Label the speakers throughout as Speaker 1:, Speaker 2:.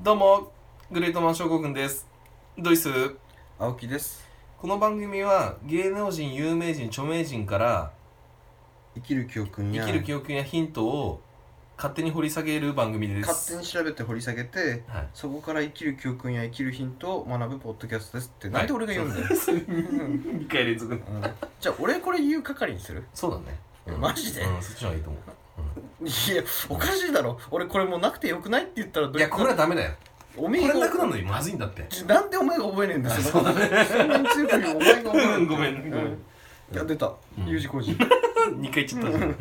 Speaker 1: どうもグレートマン症候群ですドイツ
Speaker 2: 青木です
Speaker 1: この番組は芸能人有名人著名人から
Speaker 2: 生きる記憶に
Speaker 1: 生きる記憶やヒントを勝手に掘り下げる番組です
Speaker 2: 勝手に調べて掘り下げて
Speaker 1: はい
Speaker 2: そこから生きる記憶や生きるヒントを学ぶポッドキャストですってなんで俺が言うんだよ、
Speaker 1: 2回連続
Speaker 2: うんじゃあ俺これ言う係にする
Speaker 1: そうだねうん
Speaker 2: マジで
Speaker 1: うんそっちの方がいいと思
Speaker 2: いやおかしいだろ俺これもうなくてよくないって言ったら
Speaker 1: ういやこれはダメだよ
Speaker 2: お
Speaker 1: こ
Speaker 2: めえ
Speaker 1: れ
Speaker 2: が
Speaker 1: なくなるのにまずいんだって
Speaker 2: ちなんでお前が覚えねえんだよ
Speaker 1: あ
Speaker 2: そんなに強く言うお前が覚えねえだよ
Speaker 1: ごめんごめん
Speaker 2: ういや出た
Speaker 1: ん
Speaker 2: U 字工事
Speaker 1: 2回言っちゃったうん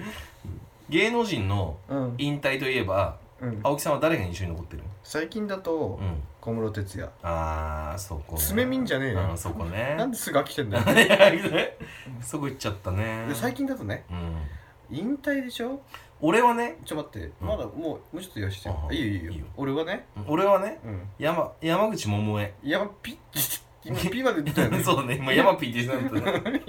Speaker 1: 芸能人の
Speaker 2: うん
Speaker 1: 引退といえば
Speaker 2: うん
Speaker 1: 青木さんは誰が印象に残ってる
Speaker 2: 最近だと
Speaker 1: うん
Speaker 2: 小室哲也
Speaker 1: あーそこ
Speaker 2: 爪見んじゃねえよ
Speaker 1: うんそこね
Speaker 2: なんですぐ飽きてんだよ
Speaker 1: そこ行っちゃったね
Speaker 2: で最近だとね
Speaker 1: うん
Speaker 2: 引退でしょ
Speaker 1: 俺はね
Speaker 2: ちょ待って、
Speaker 1: うん
Speaker 2: まだもうもうちょっと言わしてよ
Speaker 1: あはい
Speaker 2: いよいいよ
Speaker 1: いいよ
Speaker 2: 俺はね
Speaker 1: 俺はね
Speaker 2: うん
Speaker 1: 山山口百 恵
Speaker 2: いやピッ今ピーまで出たよ ね
Speaker 1: そうだね今山ピーって言ってたん だね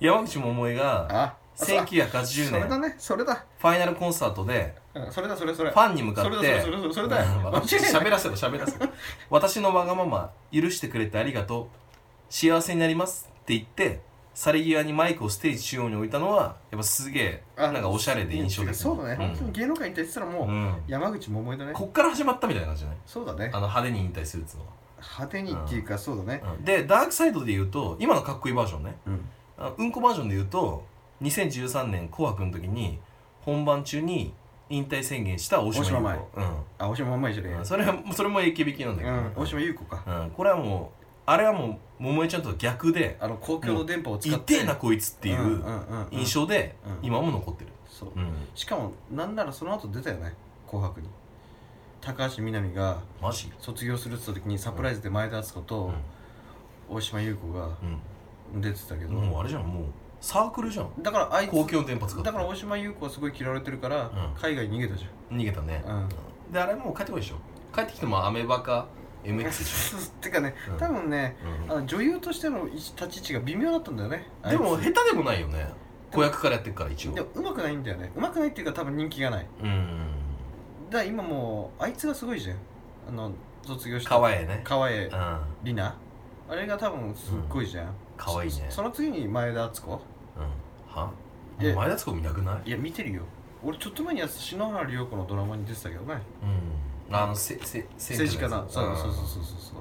Speaker 1: 山口百恵が
Speaker 2: ああ
Speaker 1: 1980
Speaker 2: それだ
Speaker 1: 年
Speaker 2: ねそれだ
Speaker 1: ファイナルコンサートで
Speaker 2: うんそれだそれそれ
Speaker 1: ファンに向か
Speaker 2: それ
Speaker 1: っ
Speaker 2: だそれ
Speaker 1: て
Speaker 2: それそれそれだよ間違いない
Speaker 1: 喋らせろ喋らせろ私のわがまま許してくれてありがとう幸せになりますって言って去り際にマイクをステージ中央に置いたのはやっぱすげえ
Speaker 2: あ
Speaker 1: なんかおしゃれで印象的
Speaker 2: そうだね、
Speaker 1: うん
Speaker 2: 本当に芸能界に対してたらもう、
Speaker 1: うん
Speaker 2: 山口百恵だね
Speaker 1: こっから始まったみたいな感じじゃない
Speaker 2: そうだね
Speaker 1: あの派手に引退するっつうの
Speaker 2: 派手にっていうか、そうだね
Speaker 1: は、うんでダークサイドで言うと今のかっこいいバージョンね
Speaker 2: うん
Speaker 1: あうんこバージョンで言うと2013年「紅白」の時に本番中に引退宣言した大島優
Speaker 2: 大
Speaker 1: 子、うん
Speaker 2: あ大島まんまいじゃねえ
Speaker 1: う
Speaker 2: よ
Speaker 1: ん、それはそれも AKB 系なんだけ
Speaker 2: う
Speaker 1: ど、
Speaker 2: ん、大島優子か、
Speaker 1: うんこれはもうあれはもう桃江ちゃんと逆で
Speaker 2: あの公共の電波を
Speaker 1: 「
Speaker 2: 使
Speaker 1: 痛
Speaker 2: って
Speaker 1: えなこいつ」ってい
Speaker 2: んん
Speaker 1: うん
Speaker 2: ん
Speaker 1: 印象で
Speaker 2: うん
Speaker 1: 今も残ってる、
Speaker 2: そう
Speaker 1: うん、
Speaker 2: しかもなんならその後出たよね紅白に高橋みなみが
Speaker 1: マジ、
Speaker 2: 卒業するって言った時にサプライズで前田敦子
Speaker 1: う
Speaker 2: と大島優子が
Speaker 1: ん
Speaker 2: 出てたけ
Speaker 1: うん、
Speaker 2: ど、
Speaker 1: もうあれじゃんもうサークルじゃん
Speaker 2: だからあいつ
Speaker 1: 公共の電波使って
Speaker 2: だから大島優子はすごい嫌われてるか
Speaker 1: う
Speaker 2: ら、
Speaker 1: ん
Speaker 2: 海外に逃げたじゃん
Speaker 1: 逃げたね、
Speaker 2: うん
Speaker 1: であれもう帰ってこいでしょ帰ってきてもアメバか MX でし
Speaker 2: てかね、
Speaker 1: うん
Speaker 2: 多分ね
Speaker 1: ょ、うん
Speaker 2: あの女優としての立ち位置が微妙だったんだよね
Speaker 1: でも
Speaker 2: あい
Speaker 1: 下手でもないよね子役からやってるから一
Speaker 2: つ
Speaker 1: 応
Speaker 2: でもうまくないんだよねうまくないっていうか多分人気がない
Speaker 1: うん
Speaker 2: だから今もうあいつがすごいじゃんあの卒業した
Speaker 1: かわいいね
Speaker 2: 川栄
Speaker 1: うん
Speaker 2: 里奈あれが多分すっごいじゃん、
Speaker 1: かわいいね
Speaker 2: そその次に前田敦子
Speaker 1: うんはも
Speaker 2: え
Speaker 1: う前田敦子見なくない
Speaker 2: いや見てるよ俺ちょっと前には篠原涼子のドラマに出てたけど
Speaker 1: う
Speaker 2: ね
Speaker 1: んあのせせせ
Speaker 2: 政治家な
Speaker 1: うん
Speaker 2: そうそうそうそうそうそ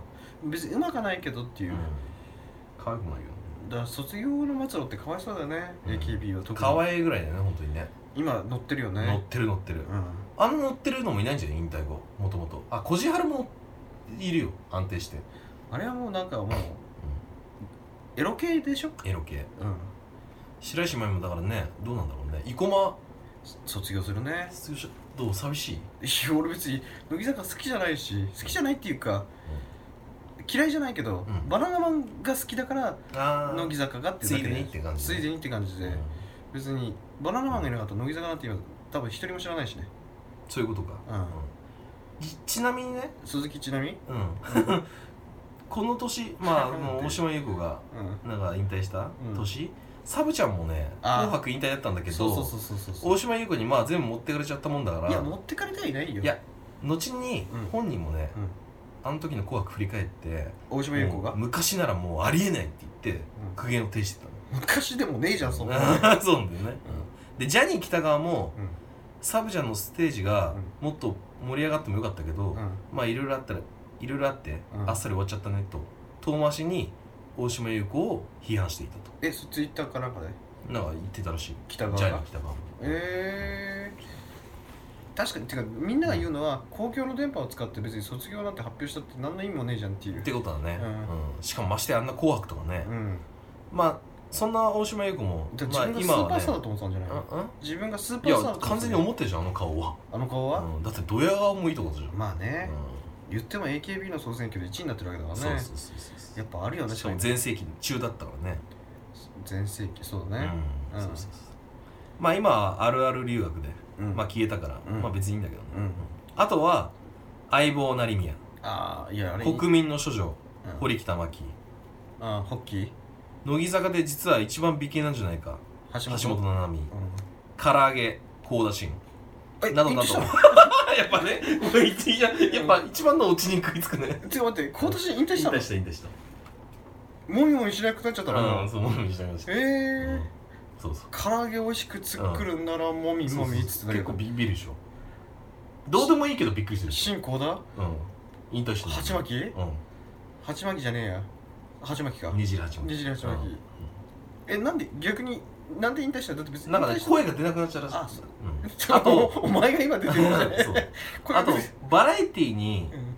Speaker 2: う別にうまくないけどっていう、
Speaker 1: うん可愛くないよ
Speaker 2: だから卒業の末路ってかわいそうだよね、
Speaker 1: うん
Speaker 2: AKB は特に
Speaker 1: 可愛いぐらいだよね本当にね
Speaker 2: 今乗ってるよ
Speaker 1: 乗っ
Speaker 2: ね
Speaker 1: てる乗ってる
Speaker 2: うん
Speaker 1: あの乗ってるのもいないんじゃない引退後もともとあ小路春もいるよ安定して
Speaker 2: あれはもうなんかもうエロ系でしょ
Speaker 1: エロ系
Speaker 2: うん
Speaker 1: 白石麻衣もだからねどうなんだろうね生駒
Speaker 2: そ卒業するね
Speaker 1: どう寂しい
Speaker 2: いや俺別に乃木坂好きじゃないし好きじゃないっていうか、嫌いじゃないけど、
Speaker 1: うん
Speaker 2: バナナマンが好きだから
Speaker 1: あ
Speaker 2: 乃木坂がってだ
Speaker 1: つ
Speaker 2: け
Speaker 1: いでにって感じ
Speaker 2: ついでにって感じで、
Speaker 1: うん
Speaker 2: 別にバナナマンがいなかったら乃木坂なんて今多分一人も知らないしね
Speaker 1: そういうことか、
Speaker 2: うん
Speaker 1: ちちなみにね、
Speaker 2: 鈴木ちなみうん
Speaker 1: うん この年まあもう大島優子がなんか引退した
Speaker 2: うん
Speaker 1: 年、サブちゃんもね「
Speaker 2: あー
Speaker 1: 紅白」引退だったんだけど
Speaker 2: そうそうそうそうそう
Speaker 1: 大島優子にまあ全部持ってかれちゃったもんだから
Speaker 2: いや持ってかれてはいないよ
Speaker 1: いや後に
Speaker 2: うん
Speaker 1: 本人もね、
Speaker 2: うん
Speaker 1: あの時の「紅白」振り返って
Speaker 2: 大島優子
Speaker 1: も
Speaker 2: が
Speaker 1: う昔ならもうありえないって言って
Speaker 2: うん
Speaker 1: 苦言を呈してたの
Speaker 2: 昔でもねえじゃんそんな の
Speaker 1: そうなんだよね、でジャニー喜多川もサブちゃんのステージがもっと盛り上がってもよかったけど、
Speaker 2: うんうん
Speaker 1: まあいろいろあったらいろいろあって、
Speaker 2: うん
Speaker 1: あっさり終わっちゃったねと遠回しに大島優子を批判していたと
Speaker 2: えそツイッターかなんかで
Speaker 1: なんか言ってたらしい
Speaker 2: 北川
Speaker 1: ジャニ
Speaker 2: が
Speaker 1: ー北川も
Speaker 2: えー、確かにてかみんなが言うのは、公共の電波を使って別に卒業なんて発表したって何の意味もねえじゃんっていう
Speaker 1: ってことだね、
Speaker 2: う
Speaker 1: うんしかもましてあんな「紅白」とかね、
Speaker 2: うん
Speaker 1: まあそんな大島優子も
Speaker 2: だ
Speaker 1: ま
Speaker 2: か
Speaker 1: あ
Speaker 2: ら自分
Speaker 1: 今
Speaker 2: がスーパ
Speaker 1: は
Speaker 2: ースター
Speaker 1: ね
Speaker 2: だと思ってたんじゃない、
Speaker 1: うんうん
Speaker 2: 自分がスーパ
Speaker 1: い
Speaker 2: ースターだ
Speaker 1: や
Speaker 2: と思
Speaker 1: 完
Speaker 2: ってた
Speaker 1: 全に思ってるじゃんあの顔は、
Speaker 2: あの顔は、
Speaker 1: うん、だってドヤ顔もいいとこだじゃん、
Speaker 2: まあね、
Speaker 1: う
Speaker 2: 言っても AKB の総選挙で1位になってるわけだ
Speaker 1: ん
Speaker 2: か
Speaker 1: そう
Speaker 2: らね
Speaker 1: そうそうそう
Speaker 2: やっぱあるよね
Speaker 1: しかも全盛期中だったからね
Speaker 2: 全盛期そうだね
Speaker 1: うん、
Speaker 2: う
Speaker 1: そ
Speaker 2: ん
Speaker 1: うそうそうまあ今はあるある留学で
Speaker 2: うん、
Speaker 1: まあ消えたから、
Speaker 2: うん
Speaker 1: まあ別にいいんだけどね、
Speaker 2: うん
Speaker 1: あとは相棒成宮
Speaker 2: ああいやあれ
Speaker 1: 国民の処女
Speaker 2: うん
Speaker 1: 堀北真希
Speaker 2: あホッキー
Speaker 1: 乃木坂で実は一番美形なんじゃないか
Speaker 2: 橋
Speaker 1: 橋
Speaker 2: 本
Speaker 1: 本七海
Speaker 2: うん
Speaker 1: 唐揚げ高田真
Speaker 2: え
Speaker 1: などなど
Speaker 2: 一致したの
Speaker 1: い やっぱね俺一ややっぱ一番のオチに食いつくね
Speaker 2: ちょっと待って今年引退し
Speaker 1: 引
Speaker 2: たの
Speaker 1: 退した引退した
Speaker 2: もみもみしなくなっちゃったの、
Speaker 1: うんそうもみもみしたもみした
Speaker 2: ええー、
Speaker 1: そうそう
Speaker 2: 唐揚げ美味しく作るんならもみもみっつってたけ
Speaker 1: 結
Speaker 2: ど
Speaker 1: 構ビビるでしょどうでもいいけどびっくりするでし
Speaker 2: 新子だ
Speaker 1: ょうん引退した
Speaker 2: 鉢巻き
Speaker 1: う
Speaker 2: 鉢巻きじゃねえや鉢巻きか
Speaker 1: んにじり鉢巻
Speaker 2: ねじり鉢
Speaker 1: う
Speaker 2: 巻き、
Speaker 1: ん
Speaker 2: えなんで逆になんで引退したのだって別に
Speaker 1: なんかね
Speaker 2: 引退した
Speaker 1: 声が出なくなっちゃったら
Speaker 2: あ
Speaker 1: しい
Speaker 2: そう
Speaker 1: うん
Speaker 2: ちょっと
Speaker 1: あ
Speaker 2: お前が今出てるじゃね
Speaker 1: そう
Speaker 2: これ
Speaker 1: あとバラエティーに
Speaker 2: うん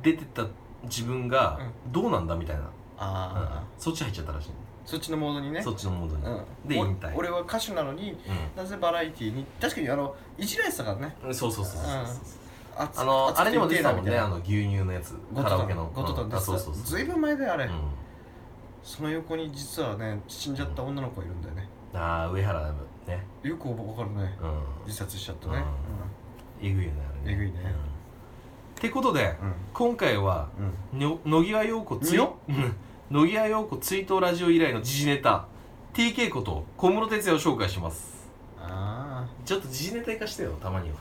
Speaker 1: 出てた自分がどうなんだみたいな、うん
Speaker 2: ああ、
Speaker 1: そっち入っちゃったらしい、
Speaker 2: そっちのモードにね
Speaker 1: そっちのモードに、
Speaker 2: うん、
Speaker 1: で
Speaker 2: お
Speaker 1: 引退
Speaker 2: 俺は歌手なのになぜバラエティーに確かにあのいじられてたからね
Speaker 1: うん、そうそうそうそうそうそう
Speaker 2: 熱
Speaker 1: あのあれにも出てたもんねあ
Speaker 2: の
Speaker 1: の牛乳のやつ
Speaker 2: ゴ
Speaker 1: カラ
Speaker 2: トタ
Speaker 1: オ
Speaker 2: ン
Speaker 1: ケの
Speaker 2: ゴトタ
Speaker 1: う
Speaker 2: ン
Speaker 1: ん
Speaker 2: 出
Speaker 1: あ
Speaker 2: て
Speaker 1: そうそう
Speaker 2: た
Speaker 1: そ
Speaker 2: ず
Speaker 1: う
Speaker 2: いぶん前だよあれ、
Speaker 1: うん
Speaker 2: その横に実はね死んじゃった女の子がいるんだよね
Speaker 1: ああ上原だね
Speaker 2: よく分かるね
Speaker 1: うん
Speaker 2: 自殺しちゃったね、
Speaker 1: うんえぐいよねあれね
Speaker 2: えぐいね
Speaker 1: うんってことで
Speaker 2: うん
Speaker 1: 今回は
Speaker 2: うん
Speaker 1: の野際陽子追
Speaker 2: よ
Speaker 1: うん野際陽子追悼ラジオ以来の時事ネタ TK こと小室哲哉を紹介します
Speaker 2: ああ
Speaker 1: ちょっと時事ネタ化してよたまには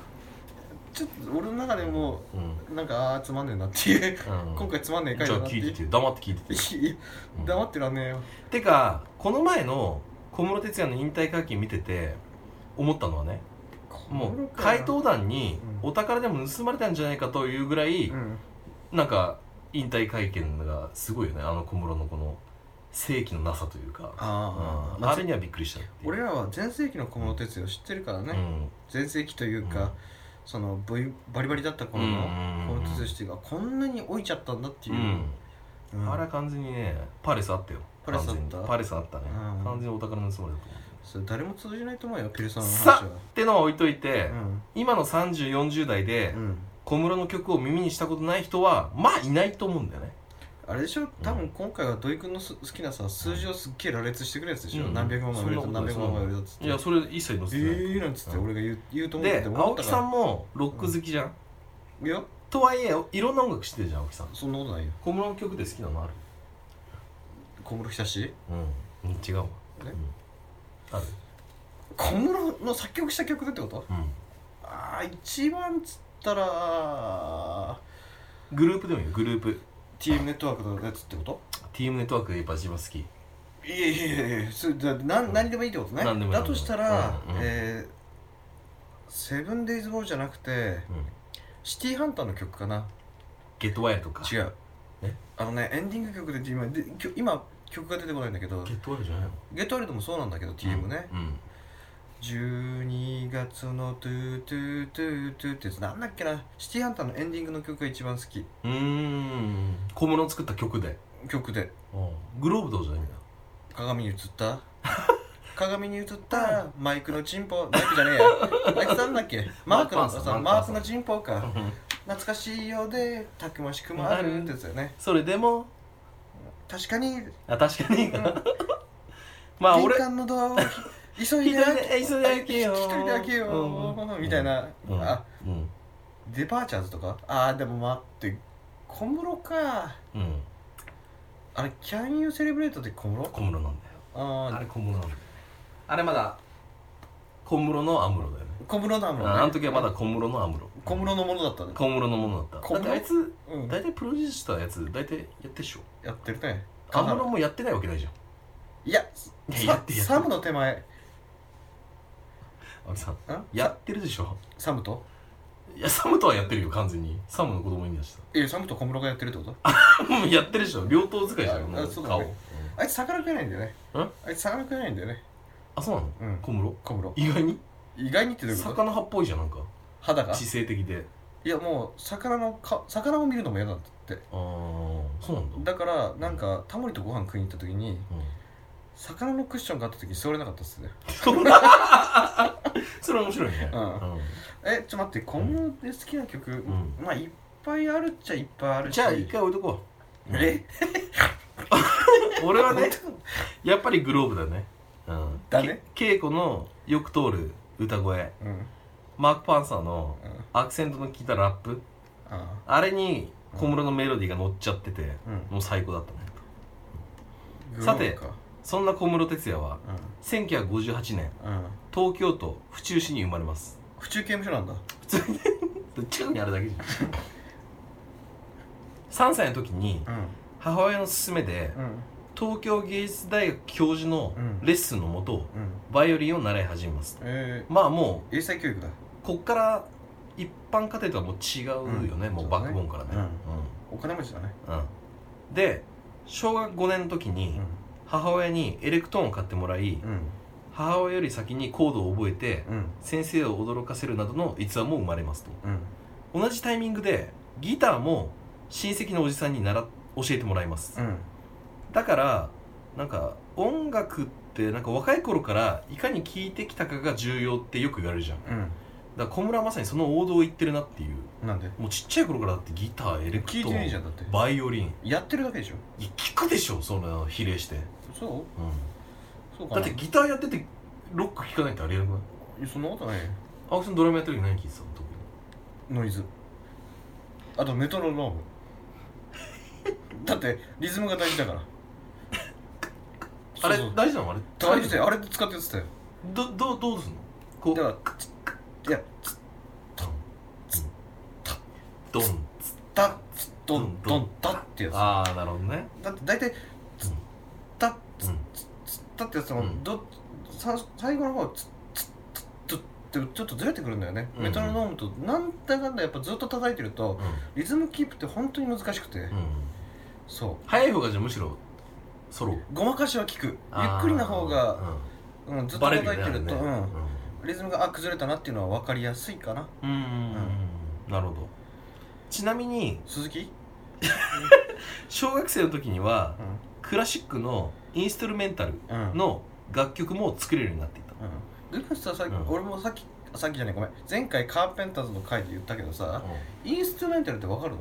Speaker 2: ちょっと俺の中でも
Speaker 1: うん、
Speaker 2: なんかあーつまんねえなっていう
Speaker 1: うん、
Speaker 2: 今回つまんねえ回
Speaker 1: じゃ
Speaker 2: だな
Speaker 1: あ
Speaker 2: って
Speaker 1: 聞
Speaker 2: い
Speaker 1: いててよ黙って聞いててよ、
Speaker 2: ういや
Speaker 1: うん
Speaker 2: 黙ってらんねえよ
Speaker 1: てかこの前の小室哲哉の引退会見見てて思ったのはねもう回答団に
Speaker 2: うん
Speaker 1: お宝でも盗まれたんじゃないかというぐらい、
Speaker 2: うん
Speaker 1: なんか引退会見がすごいよねあの小室のこの正気のなさというか
Speaker 2: あ
Speaker 1: う
Speaker 2: ー
Speaker 1: ん
Speaker 2: まあ
Speaker 1: あれにはびっくりしたっていう
Speaker 2: 俺らは全盛期の小室哲哉を知ってるからね、
Speaker 1: うん
Speaker 2: 全盛期というか、
Speaker 1: うん
Speaker 2: そのブイバリバリだった頃
Speaker 1: うん
Speaker 2: の小室哲哉してがこんなに老いちゃったんだっていう、う
Speaker 1: うんんあれは完全にねパレスあったよ
Speaker 2: パレスあった
Speaker 1: 完全にパレスあったね
Speaker 2: うん
Speaker 1: 完全にお宝の盗まれたと思
Speaker 2: それ誰も通じないと思うよピルさん
Speaker 1: う
Speaker 2: の
Speaker 1: さ
Speaker 2: 話
Speaker 1: っ
Speaker 2: は
Speaker 1: ってのは置いといて
Speaker 2: うん
Speaker 1: 今の3040代で
Speaker 2: うん
Speaker 1: 小室の曲を耳にしたことない人はまあいないと思うんだよね
Speaker 2: あれでしょ多分今回は土井君のす好きなさ数字をすっげえ羅列してくるやつでしょ、
Speaker 1: うん
Speaker 2: 何百万も売れた
Speaker 1: そんな
Speaker 2: 何
Speaker 1: ことない
Speaker 2: 百万も売れたっつって
Speaker 1: いやそれ一切載せ
Speaker 2: え
Speaker 1: てない
Speaker 2: ーなんつって俺が言う言うと思って
Speaker 1: で
Speaker 2: て思
Speaker 1: 青
Speaker 2: った
Speaker 1: 木
Speaker 2: から
Speaker 1: さんもロック好きじゃん
Speaker 2: いや
Speaker 1: とはいえいろんな音楽知ってるじゃん青木さん
Speaker 2: そんなことないよ
Speaker 1: 小室の曲で好きなのある
Speaker 2: 小室久志
Speaker 1: うん違うわう
Speaker 2: え
Speaker 1: んある
Speaker 2: 小室の作曲した曲だってこと
Speaker 1: うん
Speaker 2: ああ一番つったら
Speaker 1: グループでもいいよグループ
Speaker 2: TM ネットワークのやつってこと
Speaker 1: TM ネットワークがやっぱ一番好き
Speaker 2: いやいやいやいやそれだな
Speaker 1: うん
Speaker 2: ん何でもいいってことね
Speaker 1: 何でもいい
Speaker 2: だとしたら、
Speaker 1: うんうん
Speaker 2: えー、セブンデイズボーイじゃなくて
Speaker 1: うん
Speaker 2: シティハンターの曲かな
Speaker 1: ゲットワイルドか
Speaker 2: 違う
Speaker 1: え
Speaker 2: あのねエンディング曲で今できょ今曲が出てこないんだけど
Speaker 1: ゲットワイルドじゃないの
Speaker 2: ゲットワイルドもそうなんだけど TM ね、
Speaker 1: うんうん
Speaker 2: 12月のトゥートゥートゥートゥーってやつなんだっけなシティハンターのエンディングの曲が一番好き
Speaker 1: うーん小室の作った曲で
Speaker 2: 曲で
Speaker 1: グローブどうじゃないんだ
Speaker 2: 鏡に映った 鏡に映ったマイクのチンポマイクじゃねえやマイクさんだっ けマークの
Speaker 1: マークパン
Speaker 2: さ
Speaker 1: さん
Speaker 2: マー
Speaker 1: マ
Speaker 2: ク
Speaker 1: ークパンさ
Speaker 2: の
Speaker 1: ん
Speaker 2: チンポか懐かしいようでたくましくもあるんですよね
Speaker 1: それでも
Speaker 2: 確かに、
Speaker 1: あ確かに
Speaker 2: うん、
Speaker 1: まあ
Speaker 2: 玄
Speaker 1: 俺
Speaker 2: 関のドアをひ急いで開け
Speaker 1: 一人で開けよう
Speaker 2: 一人で開けよう、
Speaker 1: うん
Speaker 2: みたいな、
Speaker 1: うん
Speaker 2: あ
Speaker 1: うん
Speaker 2: デパーチャーズとかあーでも待って小室か
Speaker 1: うん
Speaker 2: あれキャンユーセレブレートって小室
Speaker 1: 小室なんだよあ
Speaker 2: あ
Speaker 1: れ小室なんだよあれまだ小室のアムロだよね
Speaker 2: ー小室だもんね
Speaker 1: あの時はまだ小室のアムロ
Speaker 2: 小室のものだったね、
Speaker 1: 小室のものだった
Speaker 2: 小
Speaker 1: だって
Speaker 2: 室
Speaker 1: あいつ
Speaker 2: うん、
Speaker 1: 大体プロデュースしたやつ大体やってっしょ
Speaker 2: やってるね
Speaker 1: アムロもやってないわけないじゃん
Speaker 2: いや、
Speaker 1: いやや
Speaker 2: サ
Speaker 1: ってやって
Speaker 2: サムの手前、ん
Speaker 1: 青木さんやってるでしょ
Speaker 2: サムと
Speaker 1: いやサムとはやってるよ完全にサムの子供に出した
Speaker 2: え、サムと小室がやってるってこと
Speaker 1: も うやってるでしょ両頭使いじゃん
Speaker 2: あ
Speaker 1: もう
Speaker 2: そうだ
Speaker 1: 顔
Speaker 2: ねあいつ魚食えないんだよね。
Speaker 1: ん
Speaker 2: あいつ魚食えないんだよね。
Speaker 1: あそうなの
Speaker 2: うん、
Speaker 1: 小室
Speaker 2: 小室。
Speaker 1: 意外に
Speaker 2: 意外にってどういうこと
Speaker 1: 魚派っぽいじゃんなんか
Speaker 2: 肌が
Speaker 1: 知性的で
Speaker 2: いや、もう魚のか、魚を見るのも嫌なんだって。
Speaker 1: ああそうなんだ
Speaker 2: だから、なんか、タモリとご飯食いに行った時に、
Speaker 1: うん
Speaker 2: 魚のクッションがあった時座れなかったっすね。
Speaker 1: それ面白いね
Speaker 2: うん
Speaker 1: うん
Speaker 2: え、ちょ、待って、小室で好きな曲、
Speaker 1: ん
Speaker 2: まあ、いっぱいあるっちゃいっぱいあるし。
Speaker 1: じゃあ一回置いとこう
Speaker 2: え
Speaker 1: 俺はねやっぱりグローブだねうん
Speaker 2: だね
Speaker 1: け稽古のよく通る歌声
Speaker 2: うん。うん。
Speaker 1: マーク・パンサーのアクセントの効いたラップ
Speaker 2: あ
Speaker 1: あれに小室のメロディーが乗っちゃってて
Speaker 2: あうん。
Speaker 1: もう最高だったね
Speaker 2: グローブ
Speaker 1: さて
Speaker 2: か
Speaker 1: そんな小室哲哉は
Speaker 2: う
Speaker 1: 1958年
Speaker 2: ん。うん。
Speaker 1: 東京都府中市に生まれます
Speaker 2: 府中刑務所なんだ
Speaker 1: 普通に宙にあるだけじゃん3歳の時に
Speaker 2: う
Speaker 1: 母親の勧めで
Speaker 2: んうん
Speaker 1: 東京芸術大学教授の
Speaker 2: うん
Speaker 1: レッスンのもと
Speaker 2: うん
Speaker 1: バイオリンを習い始めます
Speaker 2: え
Speaker 1: まあも
Speaker 2: ー英才教育だ
Speaker 1: うこっから一般家庭とはもう違うよね、
Speaker 2: うん
Speaker 1: もう
Speaker 2: そう
Speaker 1: バ
Speaker 2: だね
Speaker 1: ックボーンからね
Speaker 2: お金持ちだね
Speaker 1: うん、うんで小学5年の時に母親にエレクトーンを買ってもらい
Speaker 2: うん
Speaker 1: 母親より先にコードを覚えて
Speaker 2: うん
Speaker 1: 先生を驚かせるなどの逸話も生まれますと
Speaker 2: うん
Speaker 1: 同じタイミングでギターも親戚のおじさんに習っ教えてもらいます、
Speaker 2: うん
Speaker 1: だからなんか音楽ってなんか若い頃からいかに聴いてきたかが重要ってよく言われるじゃんだから
Speaker 2: う
Speaker 1: 小村はまさにその王道を言ってるなっていうん
Speaker 2: なんで
Speaker 1: もうちっちゃい頃からだってギターエレクト
Speaker 2: 聞いて
Speaker 1: ー
Speaker 2: ねえ
Speaker 1: ン
Speaker 2: じゃんだって
Speaker 1: バイオリン
Speaker 2: やってるだけでしょ
Speaker 1: いや聞くでしょそんなの比例して、
Speaker 2: そう
Speaker 1: う
Speaker 2: そうか
Speaker 1: ん、
Speaker 2: な
Speaker 1: だってギターやっててロック聴かないってありえなくない
Speaker 2: いやそんなことないよ
Speaker 1: 青木さんドラムやってる時何聴いてたの特に
Speaker 2: ノイズあとメト ロノームだってリズムが大事だから
Speaker 1: あれ
Speaker 2: そうそう
Speaker 1: 大事なのあれ
Speaker 2: 大事だよあれ使ってやってたよ
Speaker 1: どどうどうすんのこう
Speaker 2: だからいや
Speaker 1: ドン
Speaker 2: ダッツドンドンダッってやつ
Speaker 1: ああなるほどね
Speaker 2: だって大体ツッタッツ
Speaker 1: う
Speaker 2: ッ
Speaker 1: ん
Speaker 2: ツッタッってやつも
Speaker 1: うん
Speaker 2: どさ最後の方はツッツッツッツッってちょっとずれてくるんだよね、
Speaker 1: うん
Speaker 2: メトロノームとなんだかんだやっぱずっと叩いてるとリズムキープって本当に難しくて、
Speaker 1: うん、うん
Speaker 2: そ
Speaker 1: 早い方がじゃあむしろソロ
Speaker 2: うごまかしは効くゆっくりな方が、うん、ず
Speaker 1: ず
Speaker 2: っ
Speaker 1: っ
Speaker 2: と
Speaker 1: と
Speaker 2: 叩い
Speaker 1: 叩
Speaker 2: て
Speaker 1: い
Speaker 2: る
Speaker 1: て
Speaker 2: と
Speaker 1: るとうん
Speaker 2: うん、リズムがあ崩れたなっていうのは分かりやすいかな
Speaker 1: うんなるほどちなみに
Speaker 2: 鈴木、
Speaker 1: 小学生の時には
Speaker 2: う
Speaker 1: クラシックのインストゥルメンタル
Speaker 2: んうん、
Speaker 1: の楽曲も作れるようになっていた
Speaker 2: うん、グループささっき、
Speaker 1: うん
Speaker 2: 俺もさっきさっきじゃないごめん前回カーペンターズの回で言ったけどさインストゥルメンタルってわかるの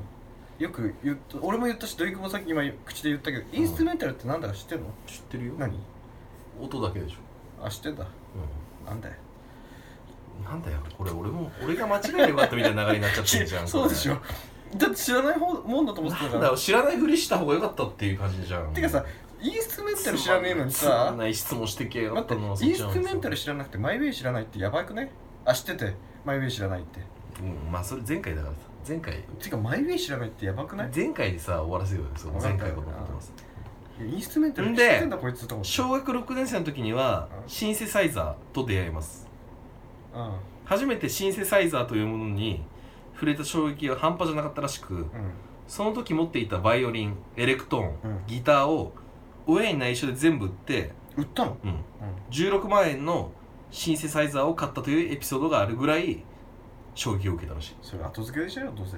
Speaker 2: よく言った俺も言ったしドリンクもさっき今口で言ったけど、インストゥルメンタルってなんだか知ってるの
Speaker 1: 知ってるよ
Speaker 2: 何
Speaker 1: 音だけでしょ
Speaker 2: あ知ってんだなんだよ
Speaker 1: なんだよこれ俺も俺が間違えればよかったみたいな流れになっちゃって るじゃん
Speaker 2: そうでしょだって知らない方もんだと思ってた
Speaker 1: なん
Speaker 2: か
Speaker 1: だ
Speaker 2: ら
Speaker 1: よ知らないふりした方が良かったっていう感じじゃん
Speaker 2: てかさインストゥルメンタル知らねえのに
Speaker 1: つまん
Speaker 2: さ
Speaker 1: ない質問してけよ
Speaker 2: 待って
Speaker 1: あ
Speaker 2: インストゥルメンタル知らなくてマイウェイ知らないってやばくねあ知っててマイウェイ知らないって
Speaker 1: うんまあそれ前回だからさ前回
Speaker 2: てかマイウェイ知らないってやばくない
Speaker 1: 前回でさ終わらせようよその前回のこと
Speaker 2: わかったよな
Speaker 1: ます
Speaker 2: インストゥルメンタル知
Speaker 1: ん
Speaker 2: っ
Speaker 1: で
Speaker 2: てんだこいつと思って
Speaker 1: 小学6年生の時には
Speaker 2: うん
Speaker 1: シンセサイザーと出会います
Speaker 2: うんうん
Speaker 1: 初めてシンセサイザーというものに触れた衝撃は半端じゃなかったらしくその時持っていたバイオリンエレクトーン
Speaker 2: うん
Speaker 1: ギターを親に内緒で全部売って、
Speaker 2: 売ったの
Speaker 1: うん、
Speaker 2: う
Speaker 1: 16万円のシンセサイザーを買ったというエピソードがあるぐらい衝撃を受けたらしい
Speaker 2: んそれ後付けでしょどうせ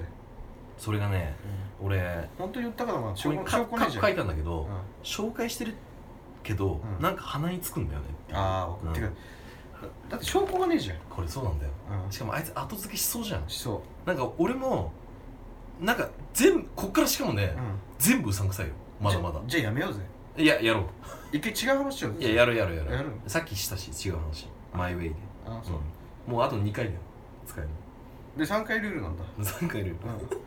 Speaker 1: それがね俺
Speaker 2: 本当に言ったからな
Speaker 1: こ
Speaker 2: 証
Speaker 1: こに
Speaker 2: 拠
Speaker 1: か
Speaker 2: 証拠ねえ
Speaker 1: か
Speaker 2: じゃん
Speaker 1: 書いたんだけど、
Speaker 2: うん
Speaker 1: 紹介してるけど、
Speaker 2: うん
Speaker 1: なんか鼻につくんだよねっていう
Speaker 2: ああ、
Speaker 1: うん
Speaker 2: てかだだって証拠がねえじゃん、
Speaker 1: これそうなんだよ
Speaker 2: うん、
Speaker 1: し
Speaker 2: し
Speaker 1: かもあいつ後付けしそうじゃん
Speaker 2: そ
Speaker 1: なんか俺もなんか全部こっからしかもね
Speaker 2: う、、うん、
Speaker 1: 全部うさんくさいよまだまだ
Speaker 2: じゃじゃあやめようぜ
Speaker 1: いややろ
Speaker 2: 一回違う話しよう
Speaker 1: う
Speaker 2: ぜ
Speaker 1: いややろうやろうやろう
Speaker 2: やる
Speaker 1: さっきしたし違う話マイウェイで、
Speaker 2: あそう、
Speaker 1: うんもうあと2回だよ使える
Speaker 2: で3回ルールなんだ
Speaker 1: の3回いる
Speaker 2: うん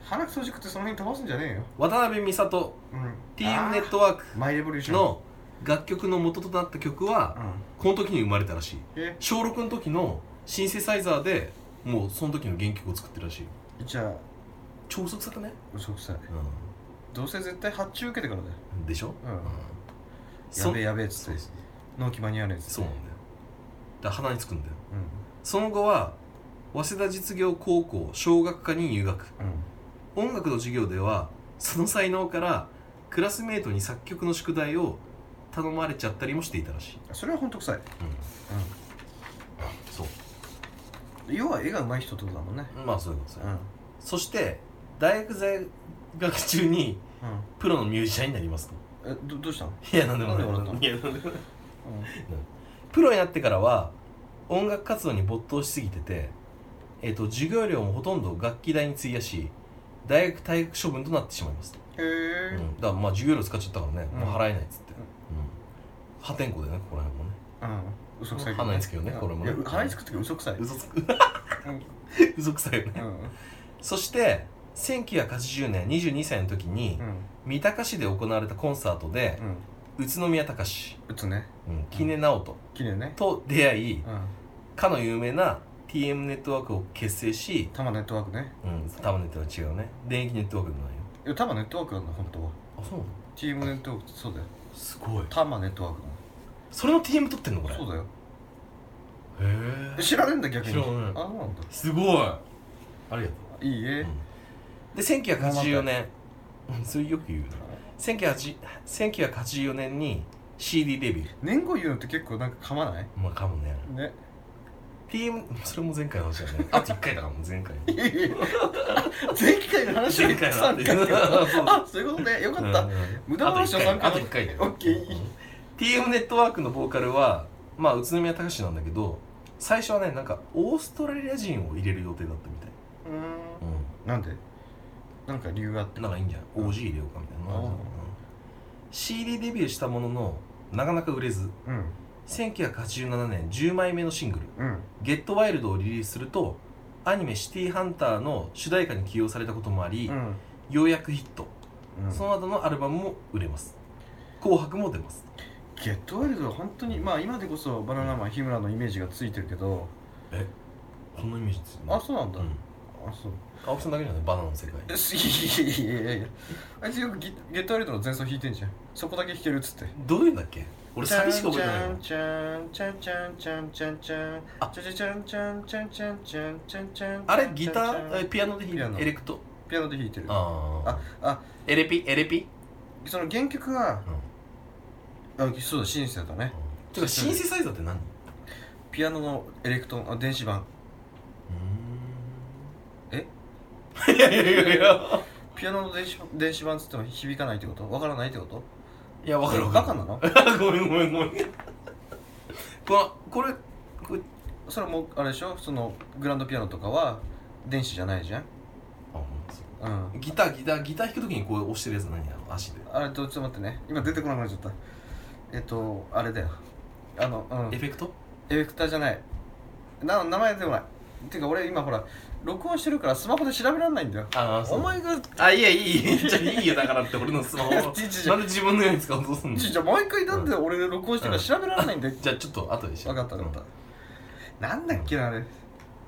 Speaker 2: 腹くそじくってその辺飛ばすんじゃねえよ、
Speaker 1: 渡辺美里
Speaker 2: うん、
Speaker 1: ティームネッ
Speaker 2: あ
Speaker 1: トワー
Speaker 2: ーマイレボリューシ
Speaker 1: ク
Speaker 2: ョン、
Speaker 1: の楽曲の元となった曲は
Speaker 2: うん、
Speaker 1: この時に生まれたらしい
Speaker 2: え
Speaker 1: 小6の時のシンセサイザーでもうその時の原曲を作ってるらしい
Speaker 2: じゃあ
Speaker 1: 超速作ね、
Speaker 2: 嘘くさいどうせ絶対発注受けてからだよ
Speaker 1: うん、でしょ、
Speaker 2: うん
Speaker 1: うん
Speaker 2: やべえ
Speaker 1: や
Speaker 2: やべえっつ
Speaker 1: そう
Speaker 2: って納期間に合わねえっつって
Speaker 1: そうなんだよだから鼻につくんだよ
Speaker 2: うん
Speaker 1: その後は早稲田実業高校小学科に入学
Speaker 2: うん
Speaker 1: 音楽の授業ではその才能からクラスメートに作曲の宿題を頼まれちゃったりもしていたらしい、
Speaker 2: それは本当くさい、う、
Speaker 1: そうん
Speaker 2: 要は絵が上手い人ってことだもんね
Speaker 1: まあそういうことです
Speaker 2: うん
Speaker 1: よ、そして大学在学中にプロのミュージシャンになりますと
Speaker 2: うんえどどうしたの、
Speaker 1: いやなんでもない
Speaker 2: なんで笑ったの
Speaker 1: いやなんでもない
Speaker 2: うん
Speaker 1: プロになってからは音楽活動に没頭しすぎてて、えっと授業料もほとんど楽器代に費やし大学退学処分となってしまいますと、
Speaker 2: へえ、
Speaker 1: うん、だからまあ授業料使っちゃったからね、
Speaker 2: うん
Speaker 1: もう払えないっつって、うん、破天荒だよねここら辺もね
Speaker 2: うん、嘘くさい
Speaker 1: 鼻につくよねこれもね
Speaker 2: いや鼻につくっていうか嘘くさい、
Speaker 1: 嘘つく
Speaker 2: うん
Speaker 1: 嘘くさいよね
Speaker 2: うん
Speaker 1: そして1980年22歳の時に
Speaker 2: うん
Speaker 1: 三鷹市で行われたコンサートで
Speaker 2: うん
Speaker 1: 宇都宮隆、
Speaker 2: うつね
Speaker 1: うん、杵直人
Speaker 2: 綺麗ね
Speaker 1: と出会い
Speaker 2: うん
Speaker 1: かの有名な TM ネットワークを結成し、
Speaker 2: タマネットワークね
Speaker 1: うん、タマネットは違うね電気ネットワークでもないよ
Speaker 2: いやタマネットワークなんだ本当は
Speaker 1: あそうなの
Speaker 2: TM ネットワークってそうだよ
Speaker 1: すごい
Speaker 2: タマネットワーク
Speaker 1: それの TM 撮ってんのこ
Speaker 2: な
Speaker 1: れ
Speaker 2: のそうだよ
Speaker 1: へ
Speaker 2: え知らねえんだ逆に
Speaker 1: 知らない
Speaker 2: あそうなんだ
Speaker 1: すごいありがとう
Speaker 2: いいえ、
Speaker 1: で1984年うんそれよく言うな1980 1984年に CD デビュー
Speaker 2: 年号言うのって結構なんか噛まない
Speaker 1: まあかもね
Speaker 2: ね
Speaker 1: TM それも前回の話だ ねあと1回だからも う前回
Speaker 2: いやいや前回の話を言ってたんだけど
Speaker 1: 前回 の話
Speaker 2: あそういうことねよかった、無駄話は
Speaker 1: あと一回
Speaker 2: 参加
Speaker 1: あと1回だよ
Speaker 2: オッケー
Speaker 1: うん TM ネットワークのボーカルはまあ宇都宮隆なんだけど最初はねなんかオーストラリア人を入れる予定だったみたいう
Speaker 2: ー
Speaker 1: うん
Speaker 2: なんでなんか理由があって
Speaker 1: んなんかいいんじゃない
Speaker 2: うん
Speaker 1: OG 入れようかみたいな、
Speaker 2: うん
Speaker 1: うん CD デビューしたもののなかなか売れず
Speaker 2: うん
Speaker 1: 1987年10枚目のシングル
Speaker 2: うん
Speaker 1: 「ゲットワイルドをリリースするとアニメ「シティーハンター」の主題歌に起用されたこともあり、
Speaker 2: うん
Speaker 1: ようやくヒット、
Speaker 2: うん
Speaker 1: その後のアルバムも売れます「紅白」も出ます
Speaker 2: ゲットワイルドは本当にまあ今でこそバナナマン日村のイメージがついてるけど
Speaker 1: このイメージです
Speaker 2: あそうなんだ、
Speaker 1: うん
Speaker 2: あそう
Speaker 1: 青木さんだけじゃないバナナの世界
Speaker 2: えすいやいやいやいやあいつよくギゲットワイルドの前奏弾いてんじゃんそこだけ弾けるっつって
Speaker 1: どういうんだっけ俺サビしか覚えてないの
Speaker 2: チャンチャンチャンチャンチャンチャン
Speaker 1: あ
Speaker 2: チャチャンチャンチャンチャンチャンチャンチャン
Speaker 1: あれギターえピアノで弾い
Speaker 2: ピア
Speaker 1: た
Speaker 2: ノ
Speaker 1: エレクト
Speaker 2: ピアノで弾いてる
Speaker 1: あ
Speaker 2: あ
Speaker 1: あ
Speaker 2: あ
Speaker 1: エレピエレピ
Speaker 2: その原曲は
Speaker 1: うん
Speaker 2: あそうだシンセだね
Speaker 1: てかシンセサイザーって何う
Speaker 2: ピアノのエレクトーンあ電子版
Speaker 1: ーんえいやいやいやいや
Speaker 2: ピアノの電子電子版っつっても響かないってことわからないってこと
Speaker 1: いやわかるわ
Speaker 2: バ
Speaker 1: か
Speaker 2: カ
Speaker 1: る
Speaker 2: なの
Speaker 1: ごめんごめんごめんこのこれこれ
Speaker 2: それもあれでしょそのグランドピアノとかは電子じゃないじゃんうん
Speaker 1: ギターギターギター弾くときにこう押してるやつ何やの足で
Speaker 2: あれとちょっと待ってね今出てこなくなっちゃったえっとあれだよあのうん
Speaker 1: エフェクト
Speaker 2: エフェクターじゃないな名前でもないてか俺今ほら録音してるからスマホで調べられないんだよ
Speaker 1: ああ
Speaker 2: お前が
Speaker 1: あいやいい いいじゃあいいよだからって俺のスマホ
Speaker 2: ちちち
Speaker 1: なんで自分のやつ使おうとすんの
Speaker 2: じゃあ毎回なんで俺が録音してるから調べられないん だよ
Speaker 1: じゃあちょっと後でし
Speaker 2: 分かった分かったなんだっけなあれ